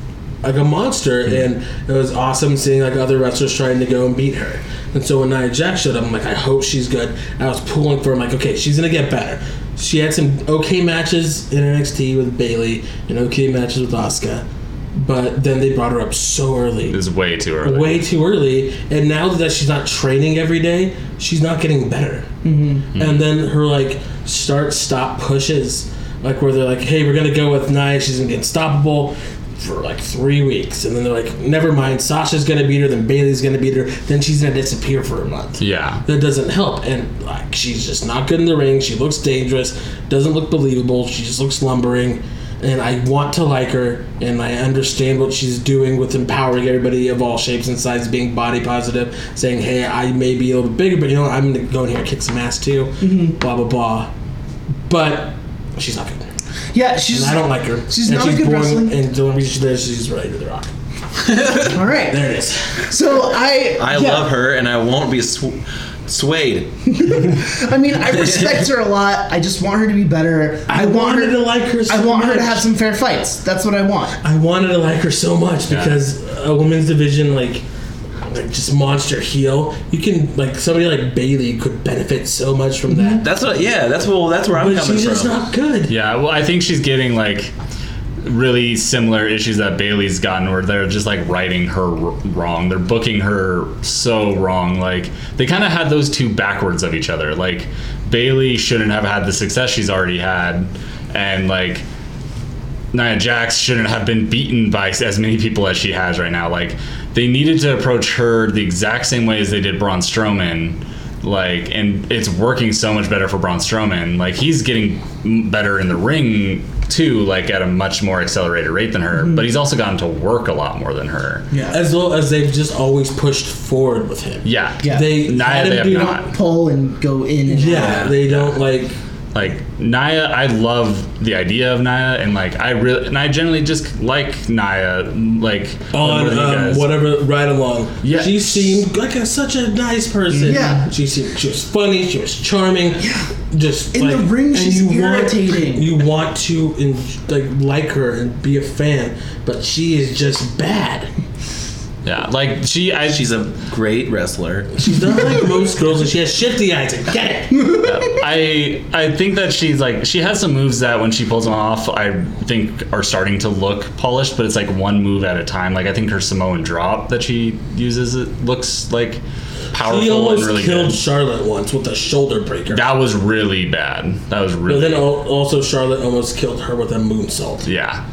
like a monster, and it was awesome seeing like other wrestlers trying to go and beat her. And so when Nia Jax showed up, I'm like, I hope she's good. I was pulling for him, like, okay, she's gonna get better. She had some okay matches in NXT with Bailey and okay matches with Asuka, but then they brought her up so early. It's way too early. Way too early, and now that she's not training every day, she's not getting better. And then her like start stop pushes, like where they're like, "Hey, we're gonna go with Nia. She's gonna be unstoppable for like three weeks," and then they're like, "Never mind. Sasha's gonna beat her. Then Bailey's gonna beat her. Then she's gonna disappear for a month." Yeah. That doesn't help, and like she's just not good in the ring. She looks dangerous, doesn't look believable. She just looks lumbering, and I want to like her, and I understand what she's doing with empowering everybody of all shapes and sizes, being body positive, saying, "Hey, I may be a little bit bigger, but you know, what? I'm gonna go in here and kick some ass too." Mm-hmm. Blah blah blah, but she's not good. Yeah, she's. And I don't like her. She's and not a good wrestler. And the only reason she's there, she's related to the Rock. All right. There it is. So I. I yeah. love her and I won't be sw- swayed. I mean, I respect her a lot. I just want her to be better. I, want her wanted to like her. So I want her to much. have some fair fights. That's what I want. I wanted to like her so much because a women's division like like just monster heel. You can like somebody like Bailey could benefit so much from that. That's what. Yeah. That's what. That's where Mm-hmm. I'm But coming she's from. just not good. Yeah. Well, I think she's getting like really similar issues that Bailey's gotten where they're just like writing her r- wrong. They're booking her so wrong. Like they kind of had those two backwards of each other. Like Bailey shouldn't have had the success she's already had and like Nia Jax shouldn't have been beaten by as many people as she has right now. Like they needed to approach her the exact same way as they did Braun Strowman. Like and it's working so much better for Braun Strowman. Like he's getting m- better in the ring too, like at a much more accelerated rate than her. But he's also gotten to work a lot more than her. Yeah. As well as they've just always pushed forward with him. Yeah. Yeah. They Nia, had him they have do- not. pull and go in. And Yeah. They don't like. like Naya, I love the idea of Naya, and like I really, and I generally just like Naya, like on more than you um, guys. whatever ride along. Yeah. She seemed like a, such a nice person. Yeah. She seemed she was funny, she was charming. Yeah. Just In the like- ring, and she's irritating. Want, you want to in, like like her and be a fan, but she is just bad. Yeah, like she, I, She's a great wrestler. She's not like most girls, and she has shifty eyes. I get it. I, I think that she's like she has some moves that when she pulls them off, I think are starting to look polished, but it's like one move at a time. Like I think her Samoan drop that she uses it looks like powerful He almost and really killed good. Charlotte once with a shoulder breaker. That was really bad. That was really. but then al- also Charlotte almost killed her with a moonsault. Yeah.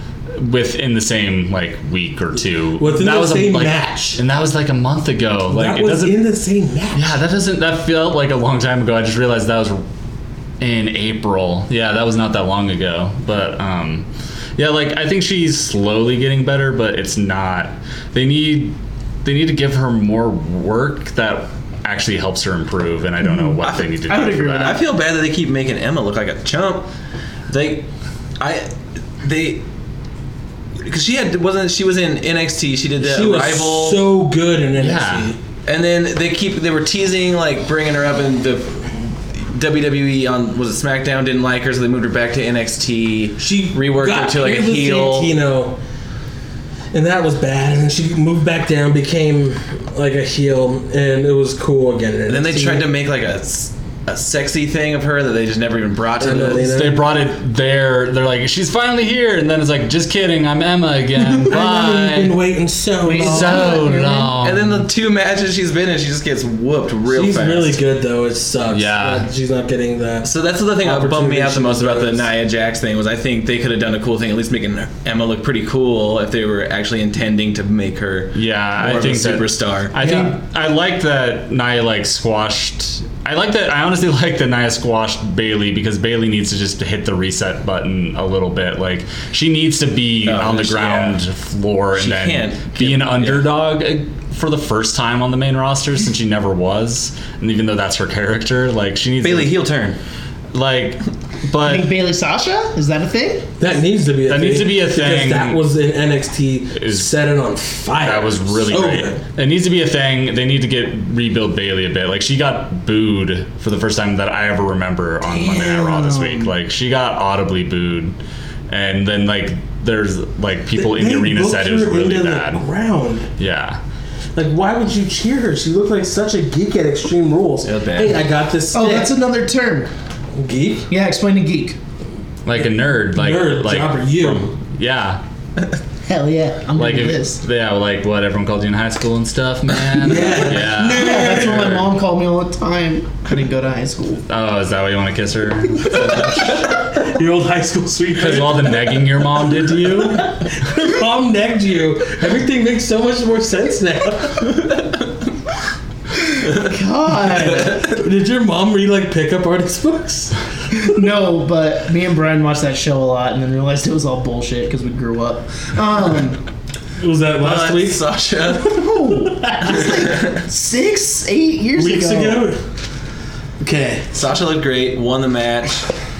Within the same like week or two. Within the was same a, like, match. And that was like a month ago. Like that it was doesn't in the same match. Yeah, that doesn't that felt like a long time ago. I just realized that was in April. Yeah, that was not that long ago. But um yeah, like I think she's slowly getting better, but it's not they need they need to give her more work that actually helps her improve and I don't know what they need to do. I would for agree with that. I feel bad that they keep making Emma look like a chump. They, I, they, because she had wasn't she was in NXT. She did the She was rival, so good in NXT. Yeah. and then they keep they were teasing like bringing her up in the WWE on was it SmackDown didn't like her, so they moved her back to NXT. she reworked her got to like a paired with heel. Santino, and that was bad. And then she moved back down, became like a heel, and it was cool again. And then they tried to make like a, s- a sexy thing of her that they just never even brought to I know, the. they So They brought it there. They're like, she's finally here, and then it's like, just kidding, I'm Emma again. I know you've been Bye. waiting so She's long. So long. And then the two matches she's been in, she just gets whooped real She's fast. really good though. It sucks. Yeah. that she's not getting that. So that's the thing that bummed me out the Opportunity most about the deserves. Nia Jax thing was I think they could have done a cool thing, at least making Emma look pretty cool if they were actually intending to make her yeah, more I of think a that- superstar. I think I like that Nia like squashed. I like that. I honestly like that Nia squashed Bailey because Bailey needs to just hit the reset button a little bit. Like she needs to be Oh, on the she- ground yeah. floor and She then can't be get- an yeah. underdog uh, for the first time on the main roster since she never was. And even though that's her character, like she needs Bailey to, heel turn. like, I think but. Bailey Sasha is that a thing? That needs to be a That thing. needs to be a Because thing. that was in NXT. Is- set it on fire. That was really So great. good. It needs to be a thing. They need to get rebuild Bailey a bit. Like she got booed for the first time that I ever remember on Monday Night Raw this week. Like she got audibly booed, and then like there's like people in They the arena booked said it was her really into the bad. ground. Yeah, Like, why would you cheer her? She looked like such a geek at Extreme Rules. Yeah, bad. Hey, I got this. Oh, stick. that's another term. geek. Yeah, explain to geek. like a nerd. Like Nerd, like jobber, you. yeah. Hell yeah, I'm Like like if, this. yeah, like what everyone called you in high school and stuff, man. Yeah. yeah. That's what my mom called me all the time. Couldn't go to high school. Oh, is that why you want to kiss her? Your old high school sweetheart. Because of all the negging your mom did to you. Mom negged you. Everything makes so much more sense now. God, Did your mom read like pickup artist books? Uh, no. But me and Brian watched that show a lot, and then realized it was all bullshit because we grew up. Um, Was that last But week? Sasha. oh, that was like six, eight years Weeks ago. Okay. Sasha looked great, won the match,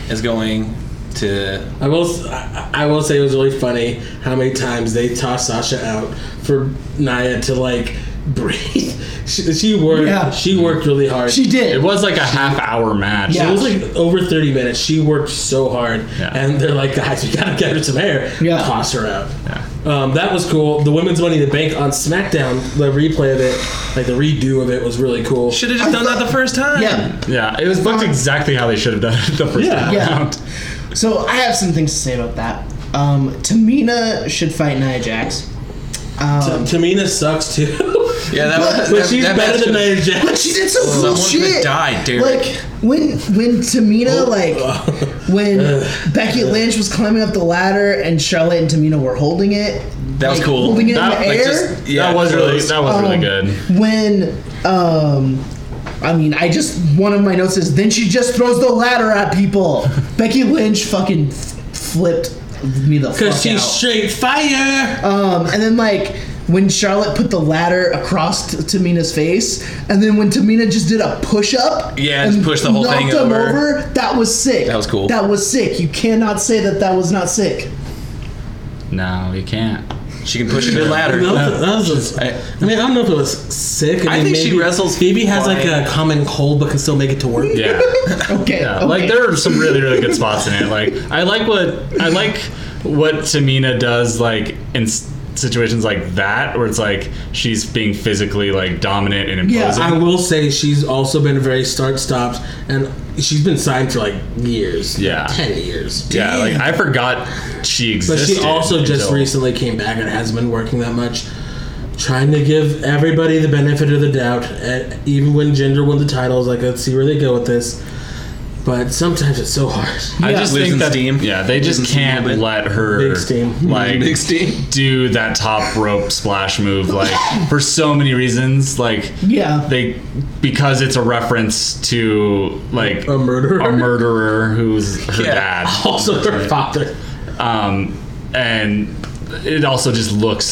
is going to I will. s- I- I will say it was really funny how many times they tossed Sasha out for Naya to like breathe. She, she worked. Yeah. She worked really hard. She did. It was like a half hour match. Yeah. It was like over thirty minutes. She worked so hard, Yeah. and they're like, "Guys, we gotta get her some air." Yeah. toss her out. Um, that was cool. The women's Money in the Bank on SmackDown, the replay of it, like the redo of it, was really cool. Should have just done that the first time. Yeah. Yeah, it was booked exactly how they should have done it the first Yeah. time Yeah. around. So I have some things to say about that. Um, Tamina should fight Nia Jax. Um, Tamina sucks too. Yeah, that was. but she's better than Nia Jax. but she did some cool Someone's shit. gonna die, Derek. Like when when Tamina Oh. like when Becky Lynch was climbing up the ladder and Charlotte and Tamina were holding it. that was like, cool. Holding it in That- the like, air. just- yeah, that was really close. that was really Um, good. When um I mean, I just one of my notes is then she just throws the ladder at people. Becky Lynch fucking f- flipped me the fuck Cause she's out. straight fire. Um, and then like when Charlotte put the ladder across t- Tamina's face, and then when Tamina just did a push up, Yeah, just pushed the whole thing over. That was sick. That was cool. That was sick. You cannot say that that was not sick. No, you can't. She can push a good ladder. No, that was just- I- I mean, I don't know if it was sick. I, I mean, think she maybe- wrestles Phoebe has like fine. a common cold, but can still make it to work. Yeah. Okay, Yeah, okay. like there are some really really good spots in it. Like I like what I like what Tamina does like in s- situations like that where it's like she's being physically like dominant and Yeah, imposing. I will say she's also been very start stopped, and she's been signed for like years. Yeah. ten years. Yeah, like I forgot she But existed. she also just until- recently came back and hasn't been working that much. Trying to give everybody the benefit of the doubt, and even when Gender won the titles, like let's see where they go with this. But sometimes it's so hard. I Yeah. just Losing think that steam. yeah, they just Losing steam a can't bit. let her Big steam. like Big steam. do that top rope splash move like for so many reasons like yeah. they because it's a reference to like A murderer. a murderer who's her Yeah. dad also her father. um and it also just looks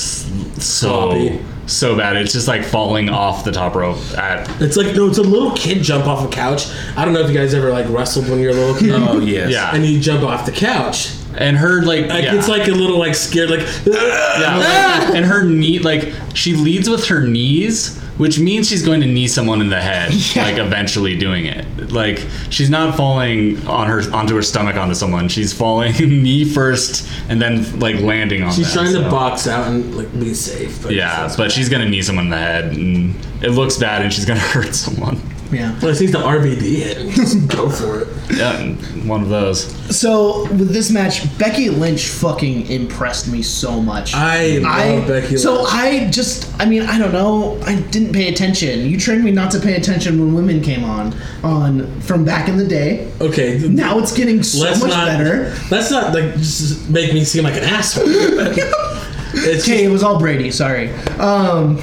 so Sloppy. so bad it's just like falling off the top rope at It's like no, it's a little kid jump off a couch. I don't know if you guys ever like wrestled when you're a little kid. Oh yes. Yeah. And you jump off the couch. and her like, Like yeah. it's like a little like scared like Yeah, Ah! like- and her knee, like she leads with her knees, which means she's going to knee someone in the head, like eventually doing it. Like she's not falling on her onto her stomach onto someone. She's falling knee first and then like landing on. She's them, trying to so- box out and like be safe. But Yeah, but she's gonna knee someone in the head, and it looks bad, and she's gonna hurt someone. yeah. Well, it seems the RVD hit. and Just go for it. Yeah, and one of those. So with this match, Becky Lynch fucking impressed me so much. I love Becky So Lynch. I just, I mean, I don't know. I didn't pay attention. You trained me not to pay attention when women came on, on from back in the day. Okay. th- Now it's getting so let's much not. better. Let's not like just make me seem like an asshole. it's Okay, just, it was all Brady. Sorry. Um,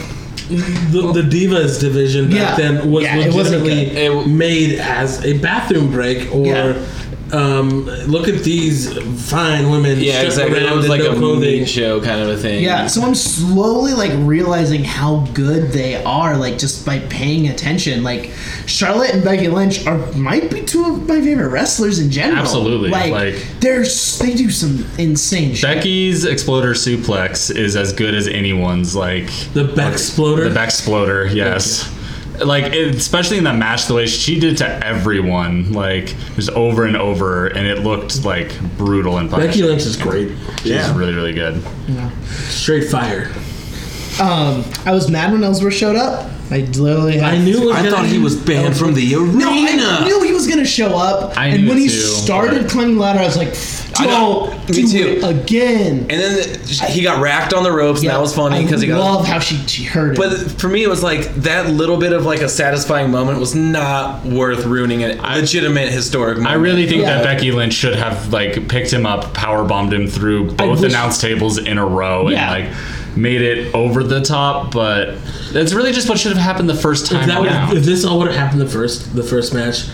the, the divas division Yeah. back then was Yeah, it wasn't legitimately made as a bathroom break or. Yeah. Um, look at these fine women. Yeah, stripped exactly. It around was in like no a clothing. movie show kind of a thing. yeah. So I'm slowly like realizing how good they are, like just by paying attention. Like Charlotte and Becky Lynch are might be two of my favorite wrestlers in general. Absolutely, Like, like- they're s- they do some insane shit. Becky's exploder suplex is as good as anyone's. Like The back exploder. The back exploder, yes. Like it, especially in that match, the way she did to everyone, like just over and over, and it looked like brutal and punishing. Becky Lynch is great. She's really, really good. Straight fire. Um, I was mad when Ellsworth showed up. I literally had I knew. it was I gonna thought be- he was banned from the arena. No, I knew he was gonna show up, I and knew when it he too, started but- climbing the ladder, I was like, I know. "Don't Me do too. it again." and then the, he got racked on the ropes, and Yeah, that was funny I because he got. love how she, she heard it. But for me, it was like that little bit of like a satisfying moment was not worth ruining a legitimate historic moment. I really think Yeah. that Becky Lynch should have like picked him up, power bombed him through I both wish- announce tables in a row, Yeah. and like made it over the top. But that's really just what should have happened the first If, time that would, around. if this all would have happened the first the first match,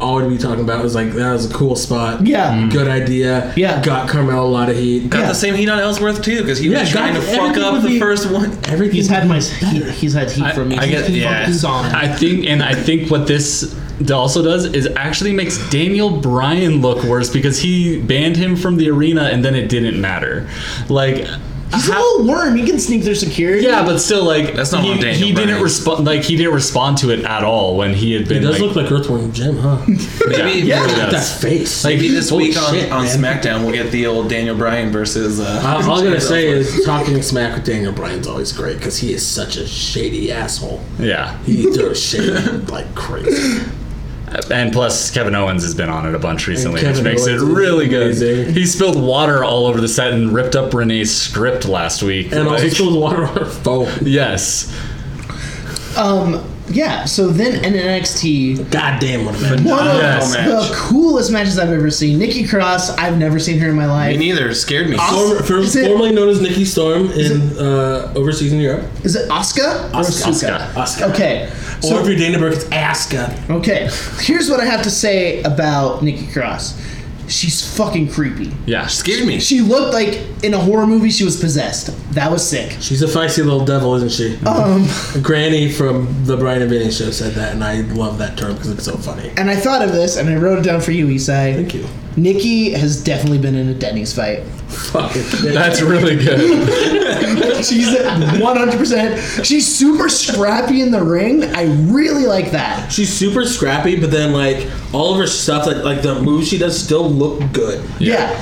all we'd be talking about was like that was a cool spot. Yeah. Mm-hmm. Mm. Good idea. Yeah. Got Carmel a lot of heat. got Yeah. the same heat on Ellsworth too because he Yeah, was trying God, to fuck everything up would the be- first one. Everything. he's had my he, he's had heat from me. I get- He's been yeah. fucking solid. I think, and I think what this also does is actually makes Daniel Bryan look worse because he banned him from the arena and then it didn't matter. Like, he's a little Oh, worm. He can sneak through security. yeah, but still, like, That's not he, on Daniel he didn't Bryan. respond. Like, he didn't respond to it at all when he had been. It does like, look like Earthworm Jim, huh? Maybe, Yeah. maybe, Yeah. that Yes. face. maybe this Holy week on, shit, on man. SmackDown we'll get the old Daniel Bryan versus. Uh, Uh, all I'm gonna James say Ellsworth. is talking smack with Daniel Bryan's always great because he is such a shady asshole. yeah. He throws shade like crazy. And plus, Kevin Owens has been on it a bunch recently, which Kevin makes Owens it is really good. amazing. He spilled water all over the set and ripped up Renee's script last week. And also Like, spilled water on her phone. yes, Um, yeah. So then in NXT, Goddamn, what a man. one of Yes. the coolest matches I've ever seen. Nikki Cross. I've never seen her in my Me life. neither. Scared me. Former, for, Is it- formerly known as Nikki Storm in uh, overseas in Europe. Is it Asuka or Asuka? Asuka. Okay. or if you're Dana Burke, it's Asuka. Okay, here's what I have to say about Nikki Cross. She's fucking creepy. yeah, Scared me. She looked like in a horror movie she was possessed. That was sick. She's a feisty little devil, isn't she? Um, Granny from the Brian and Vinny show said that, and I love that term because it's so funny. and I thought of this and I wrote it down for you, Isai. Thank you. Nikki has definitely been in a Denny's fight. Fucking bitch. that's really good. She's at 100%. She's super scrappy in the ring. I really like that. She's super scrappy, but then like all of her stuff, like like the moves she does, still look good. Yeah.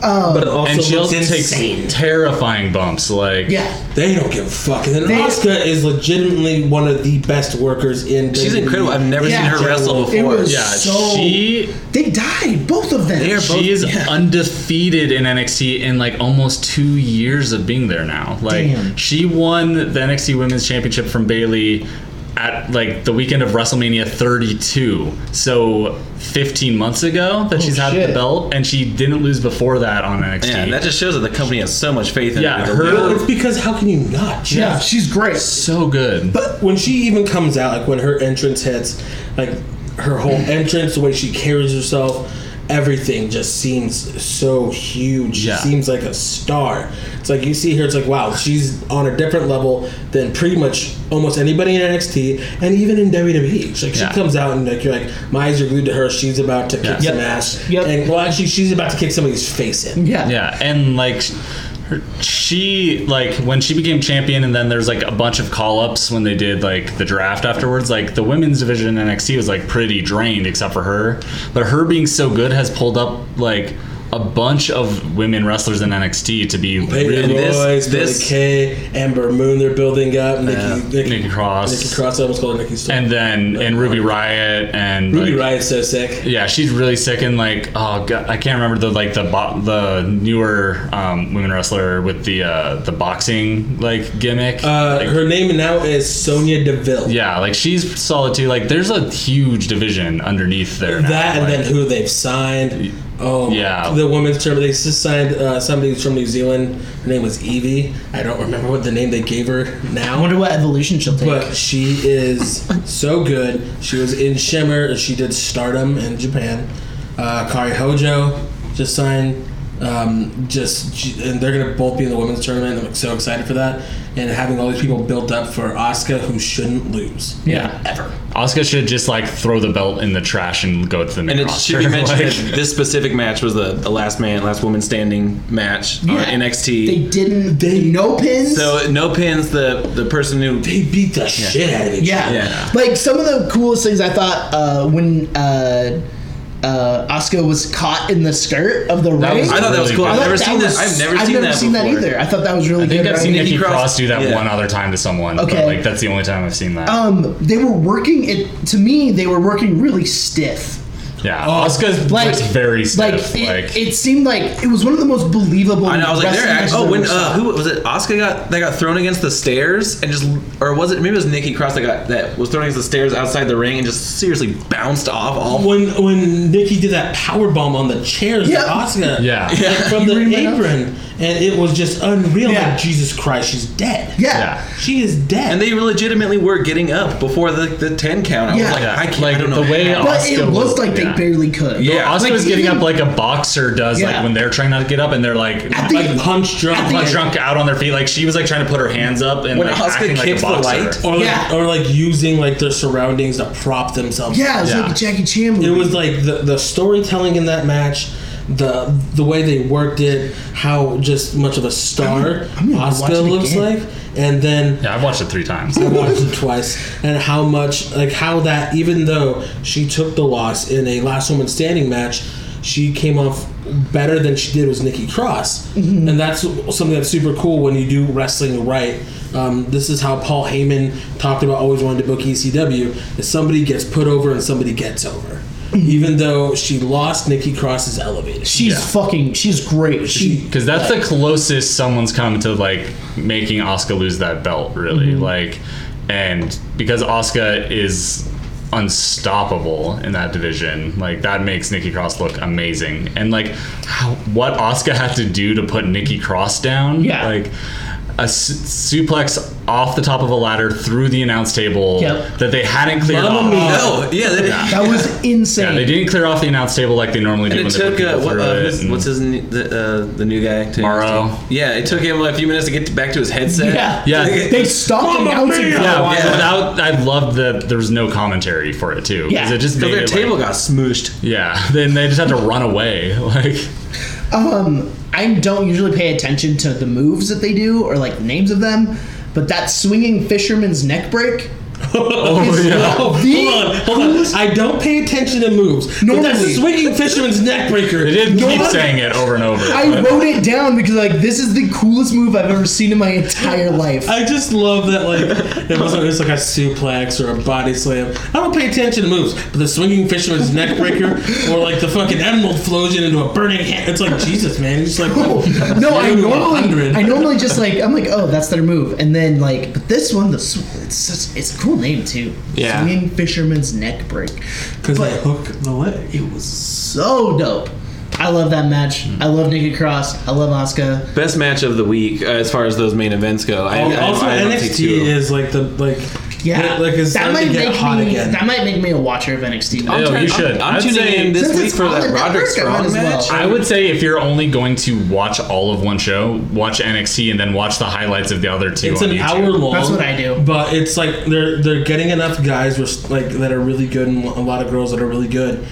But it also and she looks also insane. takes terrifying bumps. Like, Yeah. they don't give a fuck. And then They- Asuka is legitimately one of the best workers in. She's WWE. incredible. I've never Yeah. seen her wrestle It before. was yeah, so. she they died, both of them. They are both- she is yeah. undefeated in NXT in like almost two years of being there now. Like Damn. she won the NXT Women's Championship from Bailey at like the weekend of WrestleMania 32. So 15 months ago that she's had Oh, shit. the belt, and she didn't lose before that on NXT. Yeah, that just shows that the company has so much faith in Yeah, her. Well, her it's because how can you not? She yeah, has she's great. so good. But when she even comes out, like when her entrance hits, like her whole entrance, the way she carries herself, everything just seems so huge. Yeah. She seems like a star. It's like you see her, it's like, wow, she's on a different level than pretty much almost anybody in NXT and even in WWE. It's like Yeah. she comes out and like you're like, my eyes are glued to her. She's about to kick Yeah. some Yep. ass. Yep. And well, actually, she's about to kick somebody's face in. Yeah. Yeah, and like sh- her, she like when she became champion, and then there's like a bunch of call ups when they did like the draft afterwards. Like the women's division in NXT was like pretty drained except for her, but her being so good has pulled up like a bunch of women wrestlers in NXT to be Peyton really And this- Royce, this- Billy Kay, Amber Moon, they're building up. Nikki, Nikki, Nikki Cross. Nikki Cross, I almost called her Nikki Storm. and then and Ruby Riot and Ruby like, Riot's so sick. Yeah, she's really sick and like oh god, I can't remember the like the bo- the newer um, women wrestler with the uh, the boxing like gimmick. Uh, Like, her name now is Sonia Deville. yeah, like she's solid too. Like there's a huge division underneath there. now, That and like- then who they've signed. Oh, Yeah. The women's term. They just signed uh, somebody who's from New Zealand. Her name was Evie. I don't remember what the name they gave her I now. wonder what evolution she'll take. But uh, she is so good. She was in Shimmer. and She did Stardom in Japan. Uh, Kari Hojo just signed. Um, just she- and they're gonna both be in the women's tournament. I'm so excited for that. And having all these people built up for Asuka, who shouldn't lose. yeah. ever. Asuka should just like throw the belt in the trash and go to the main And it roster. should be mentioned Like, that this specific match was the, the last man, last woman standing match uh, on Yeah. NXT. They didn't. They no pins. so no pins. The the person who They beat the shit out of each yeah. other. Yeah. like some of the coolest things I thought uh, when uh, uh, Asuka was caught in the skirt of the ring. was- I thought that Really was cool. good. I've thought never that seen that. was- I've never seen that before. either. I thought that was really I think good. I've right? seen Nikki Nikki Cross- Cross, do that yeah. Oh. one other time to someone, Okay. but like that's the only time I've seen that. um, they were working it. To me, they were working really stiff. yeah, Oh. Asuka's Like like very stiff. Like, it, Like, it seemed like it was one of the most believable. I know. I was like, they're wrestling matches actually. I've Oh, when ever saw. uh, who was it? Oscar got they got thrown against the stairs and just, or was it? Maybe it was Nikki Cross that got that was thrown against the stairs outside the ring and just seriously bounced off all. When when Nikki did that power bomb on the chairs, Yeah. yeah. Asuka, Yeah. like, Yeah. from You the remember that? apron, and it was just unreal. Yeah. Like Jesus Christ, she's dead. Yeah. yeah. she is dead. And they legitimately were getting up before the, the ten count. I Yeah. was like, Yeah. I can't. Like, I don't know the way how. But Asuka it looked was- like they yeah. barely could. Yeah. Asuka's Like, getting even- up like a boxer does, Yeah. like when they're trying not to get up and they're like think- like punch drunk, punch drunk out on their feet. Like she was like trying to put her hands up and When like Asuka acting like a kicked the boxer. light? or like, Yeah. or like using like their surroundings to prop themselves. Yeah, it was like Yeah. a Jackie Chan movie. It was like the the storytelling in that match, the the way they worked it, how just much of a star I'm gonna watch it Asuka looks again. like, and then Yeah, I've watched it three times. I watched it twice, and how much like how that even though she took the loss in a last woman standing match, she came off better than she did was Nikki Cross, and that's something that's super cool when you do wrestling right. Um, this is how Paul Heyman talked about always wanting to book ECW: is somebody gets put over and somebody gets over. Even though she lost, Nikki Cross is elevated. She's fucking. She's great. She. Because that's the closest someone's come to like making Oscar lose that belt, really. Mm-hmm. Like, and because Oscar is unstoppable in that division, like that makes Nikki Cross look amazing. And like, how, what Oscar had to do to put Nikki Cross down, Yeah. like a su- suplex off the top of a ladder through the announce table Yep. that they hadn't cleared Mamma off. mia. No, yeah, they, That was Yeah, insane. they didn't clear off the announce table like they normally do And it when they put took uh, people what, through uh, it who's- and- what's his new, the, uh, the new guy? To Morrow. Yeah, it took him a few minutes to get back to his headset. Yeah. Yeah. They stopped announcing. Yeah, her. Yeah. without I loved that there was no commentary for it too. 'cause Yeah. it just So made their it, table like- got smooshed. yeah, then they just had to run away. Like Um, I don't usually pay attention to the moves that they do or like the names of them, but that swinging fisherman's neck break. oh yeah, Oh, The hold on, hold on. I don't pay attention to moves. No, that's Normally- swinging fisherman's neck breaker. they did keep one- saying it over and over. I wrote it down because like this is the coolest move I've ever seen in my entire life. I just love that, like, it wasn't just like a suplex or a body slam. I don't pay attention to moves, but the swinging fisherman's neck breaker or like the fucking emerald flosion into a burning hand. It's like, Jesus, man. It's like, oh, No, I Zero to normally 100. I normally just like I'm like oh that's their move and then like but this one the sw- it's such, it's a cool name too. Yeah. Swinging fisherman's neck break. Because but- I hook the leg. It was. So dope. I love that match. I love Nikki Cross. I love Asuka. Best match of the week uh, as far as those main events go. I, I- Oh, also, I don't take two. NXT is like the, like, Yeah, like it's that starting might to get make hot me again. that might make me a watcher of NXT. now. Yo, turn- you should. I'm, I'm I'd tuning say- in this Since week it's for on that the Roderick network, I might Strong as well. match. I would say if you're only going to watch all of one show, watch NXT and then watch the highlights of the other two It's on an YouTube. hour long. That's what I do. But it's like they're they're getting enough guys with, like that are really good and a lot of girls that are really good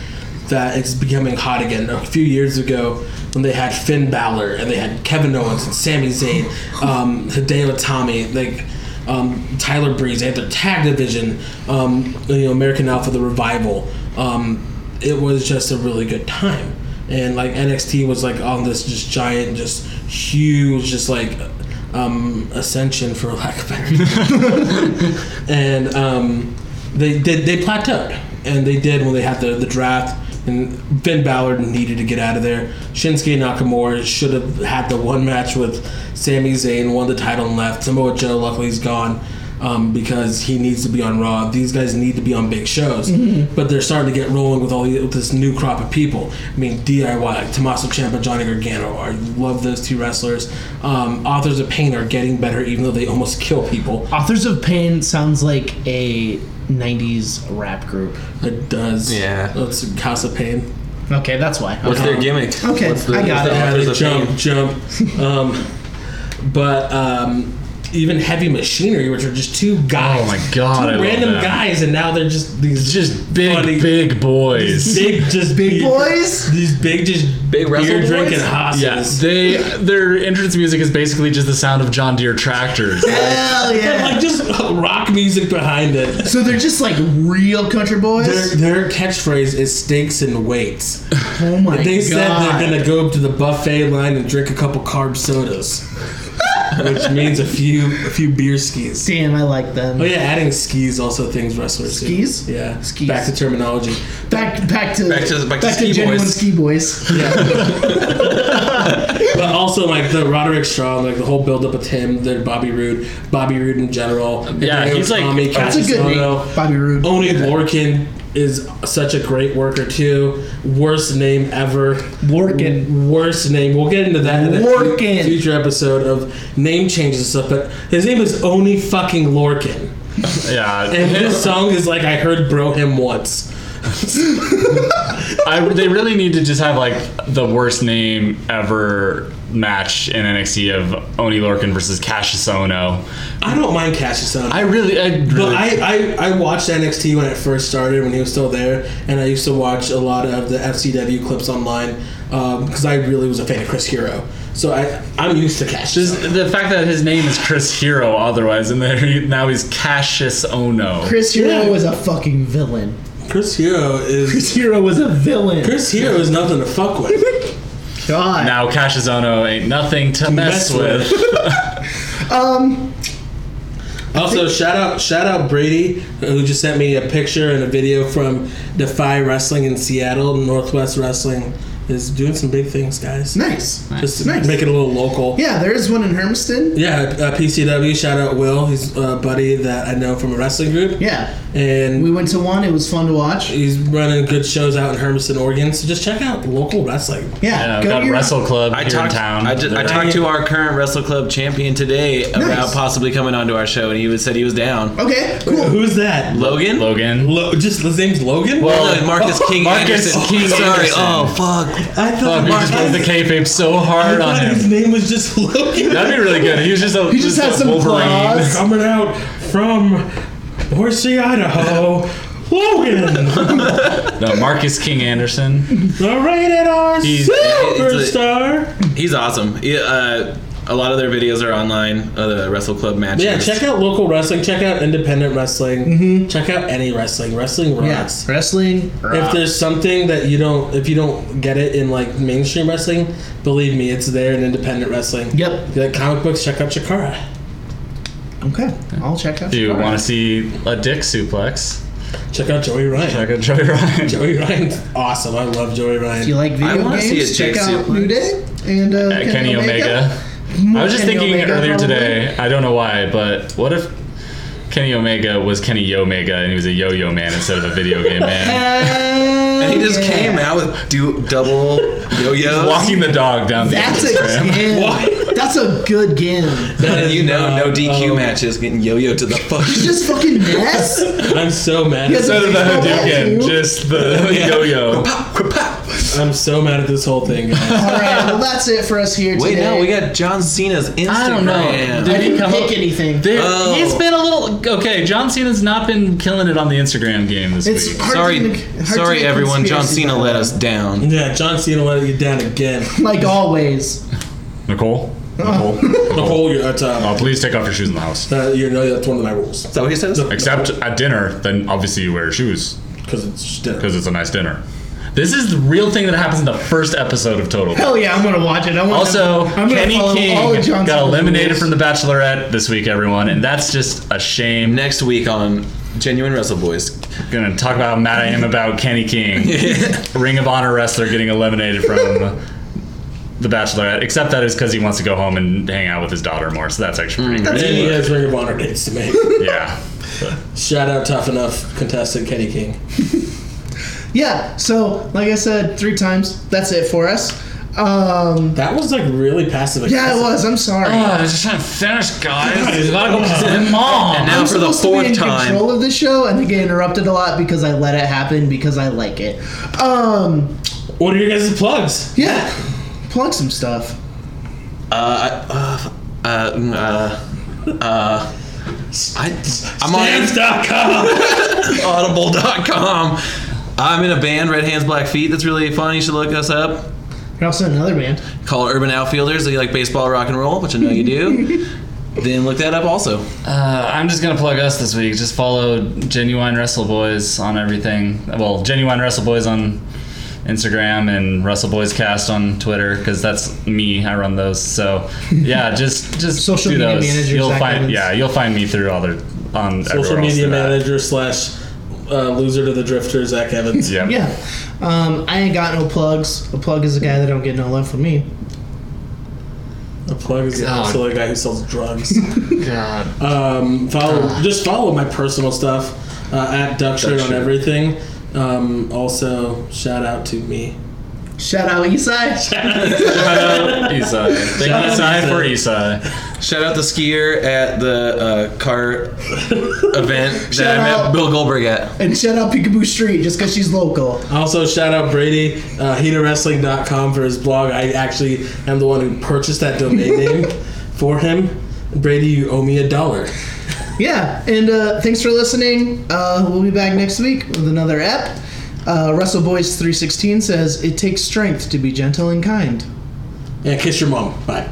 that it's becoming hot again. A few years ago, when they had Finn Balor and they had Kevin Owens and Sami Zayn, um, Hideo Itami, like um, Tyler Breeze, they had their tag division, um, you know, American Alpha, the revival. Um, it was just a really good time. And like NXT was like on this just giant, just huge, just like um, ascension for lack of better and um, they did they plateaued, and they did when they had the, the draft. And Finn Balor needed to get out of there. Shinsuke Nakamura should have had the one match with Sami Zayn, won the title and left. Samoa Joe, luckily, is gone um, because he needs to be on Raw. These guys need to be on big shows, but they're starting to get rolling with all the, with this new crop of people. I mean, DIY, Tommaso Ciampa, Johnny Gargano. I love those two wrestlers. Um, Authors of Pain are getting better, even though they almost kill people. Authors of Pain sounds like a 90s rap group. It does. Yeah. Oh, It's House of Pain. Okay, that's why. What's their gimmick? Okay, What's the, I got what's it. the Yeah, authors they of jump, fame? jump. Um, but um, even Heavy Machinery, which are just two guys. Oh my God, Two I love random them. guys, and now they're just these just big, Funny. big boys. big, just Big boys? These big, just Big wrestle beer boys? drinking hosses. Yes, they their entrance music is basically just the sound of John Deere tractors. Hell And, yeah. like just rock music behind it. So they're just like real country boys? Their, their catchphrase is steaks and weights. oh my They god. said they're gonna go up to the buffet line and drink a couple carb sodas, which means a few a few beer skis. Damn, I like them. Oh yeah, adding skis also things wrestlers do. Skis? Yeah, Skis. Back to terminology. Back back to Back to- back to ski genuine boys. ski boys. But also like the Roderick Strong, like the whole buildup with him, then Bobby Roode, Bobby Roode in general. Yeah, Hideo he's like- Itami, That's a Cassius good Ohno. name. Bobby Roode. Oni Lorkin is such a great worker too. Worst name ever. Lorcan. Worst name. We'll get into that in a Lorcan. future episode of name changes and stuff. But his name is Oni fucking Lorkin, yeah, and his song is like I heard bro him once. I, they really need to just have like the worst name ever match in NXT of Oni Lorcan versus Cassius Ohno. I don't mind Cassius Ohno. I really, I really But I, I, I watched NXT when it first started when he was still there, and I used to watch a lot of the FCW clips online because I really was a fan of Chris Hero. So I I'm used to Cash. just the fact that his name is Chris Hero, otherwise, and there now he's Cassius Ohno. Chris Hero Yeah. was a fucking villain. Chris Hero is Hero was a villain. Chris Hero is nothing to fuck with. God. Now Cashizono ain't nothing to mess mess with. with. Um, Also, shout out shout out Brady who just sent me a picture and a video from Defy Wrestling in Seattle. Northwest Wrestling is doing some big things, guys. Nice. Just Nice. make it a little local. Yeah, there is one in Hermiston. Yeah, uh, PCW. Shout out Will, he's a buddy that I know from a wrestling group. Yeah. and We went to one. It was fun to watch. he's running good shows out in Hermiston, Oregon. So just check out local wrestling. Yeah. Yeah, we go Uh, got to your- Wrestle Club I here talked, in town. I, just, I talked to our current Wrestle Club champion today about Nice. possibly coming onto our show, and he was, said he was down. Okay. Cool. Who's that? Logan? Logan. Lo- just his name's Logan. Oh, no, Marcus King Marcus Anderson. King Sorry. Anderson. Oh, fuck. I thought, We just Marcus- put the kayfabe so I hard on thought his him. name was just Logan. That'd be really good. He was just a He just had a some Wolverine. claws. Coming out from Horsey, Idaho. Logan, No, Marcus King Anderson. the rated R He's- superstar. He's awesome. He, uh, a lot of their videos are online, uh, the Wrestle Club matches. Yeah, check out local wrestling. Check out independent wrestling. Check out any wrestling. Wrestling Yeah. rocks. Wrestling. If there's something that you don't, if you don't get it in like mainstream wrestling, believe me, it's there in independent wrestling. Yep. Like comic books, check out Chikara. Okay. I'll check out. Do you Chicago. want to see a dick suplex? Check out Joey Ryan. Check out Joey Ryan. Joey Ryan's awesome. I love Joey Ryan. If you like video wanna see games, a check Jake out suplex. New Day and uh, At Kenny Omega. I was just Kenny thinking Omega, earlier probably. today. I don't know why, but what if Kenny Omega was Kenny Yo Omega and he was a yo-yo man instead of a video game man? And he just yeah. came out with du- double yo-yos. Walking the dog down the That's a Instagram. gim. That's a good gim. And you know, no Um, DQ Oh. um, matches getting yo-yo to the fuck. Just fucking mess. I'm so mad. Yes, Instead of the Oh, that's Hadouken, you. just the yo-yo. I'm so mad at this whole thing. guys. All right. Well, that's it for us here Wait, today. no, we got John Cena's Instagram. I don't know. I Did he didn't come pick up- anything. There, Oh. He's been a little okay. John Cena's not been killing it on the Instagram game this It's week. hard to Sorry, make- hard to sorry make everyone. John conspiracy Cena about let that. us down. yeah, John Cena let you down again. Like always. Nicole, Uh. Nicole, The whole year, that's, uh, uh, please take off your shoes in the house. uh, you know that's one of my rules Is that what he says? Except at dinner, then obviously you wear shoes because it's just dinner. because it's a nice dinner. This is the real thing that happens in the first episode of Total. Hell yeah, I'm gonna watch it. I want Also, I'm gonna Kenny follow all King of John got Cena's eliminated rules. from The Bachelorette this week, everyone, and that's just a shame. Next week on Genuine Wrestle Boys. Gonna talk about how mad I am about Kenny King, Ring of Honor wrestler, getting eliminated from The Bachelorette. Except that is because he wants to go home and hang out with his daughter more. So that's actually pretty And good. he has Ring of Honor dates to make. Yeah. Shout out Tough Enough contestant Kenny King. Yeah. So, like I said three times, that's it for us. Um, That was like really passive yeah, aggressive. it was. I'm sorry. Ah, I was just trying to finish, guys. He's about to go to the And mom. now I'm for the supposed to be fourth in time. control of the show, and they get interrupted a lot because I let it happen because I like it. Um, What are your guys' plugs? yeah, plug some stuff. Uh, uh, uh, uh, uh, I, I'm on Stamps.com. audible.com. I'm in a band, Red Hands Black Feet. That's really fun. You should look us up. You're also in another band. Call Urban Outfielders. They like baseball, rock and roll, which I know you do. then look that up also. Uh, I'm just gonna plug us this week. Just follow Genuine Wrestle Boys on everything. Well, Genuine Wrestle Boys on Instagram and Wrestle Boys Cast on Twitter because that's me. I run those. So yeah, just just Social do media those. manager You'll Zach find Evans. yeah, you'll find me through all the on Social everywhere else media through that. manager slash uh, loser to the drifter Zach Evans. Yep. Yeah, um, I ain't got no plugs. A plug is a guy that don't get no love from me. A plug is also a guy who sells drugs. God. Um, follow just follow my personal stuff uh, at Duckshirt on Duckshirt. everything. Um, also, shout out to me. Shout out Eastside. Isai. Thank Shout you, out Isai, Isai. for Isai. Shout out the skier at the uh, car event that Shout I met out. Bill Goldberg at. and shout out Peekaboo Street just because she's local. Also, shout out Brady, uh, HeatOfWrestling.com for his blog. I actually am the one who purchased that domain name for him. Brady, you owe me a dollar. Yeah, and uh, thanks for listening. Uh, we'll be back next week with another ep. Uh, Russell Boyce 316 says, It takes strength to be gentle and kind. And kiss your mom. Bye.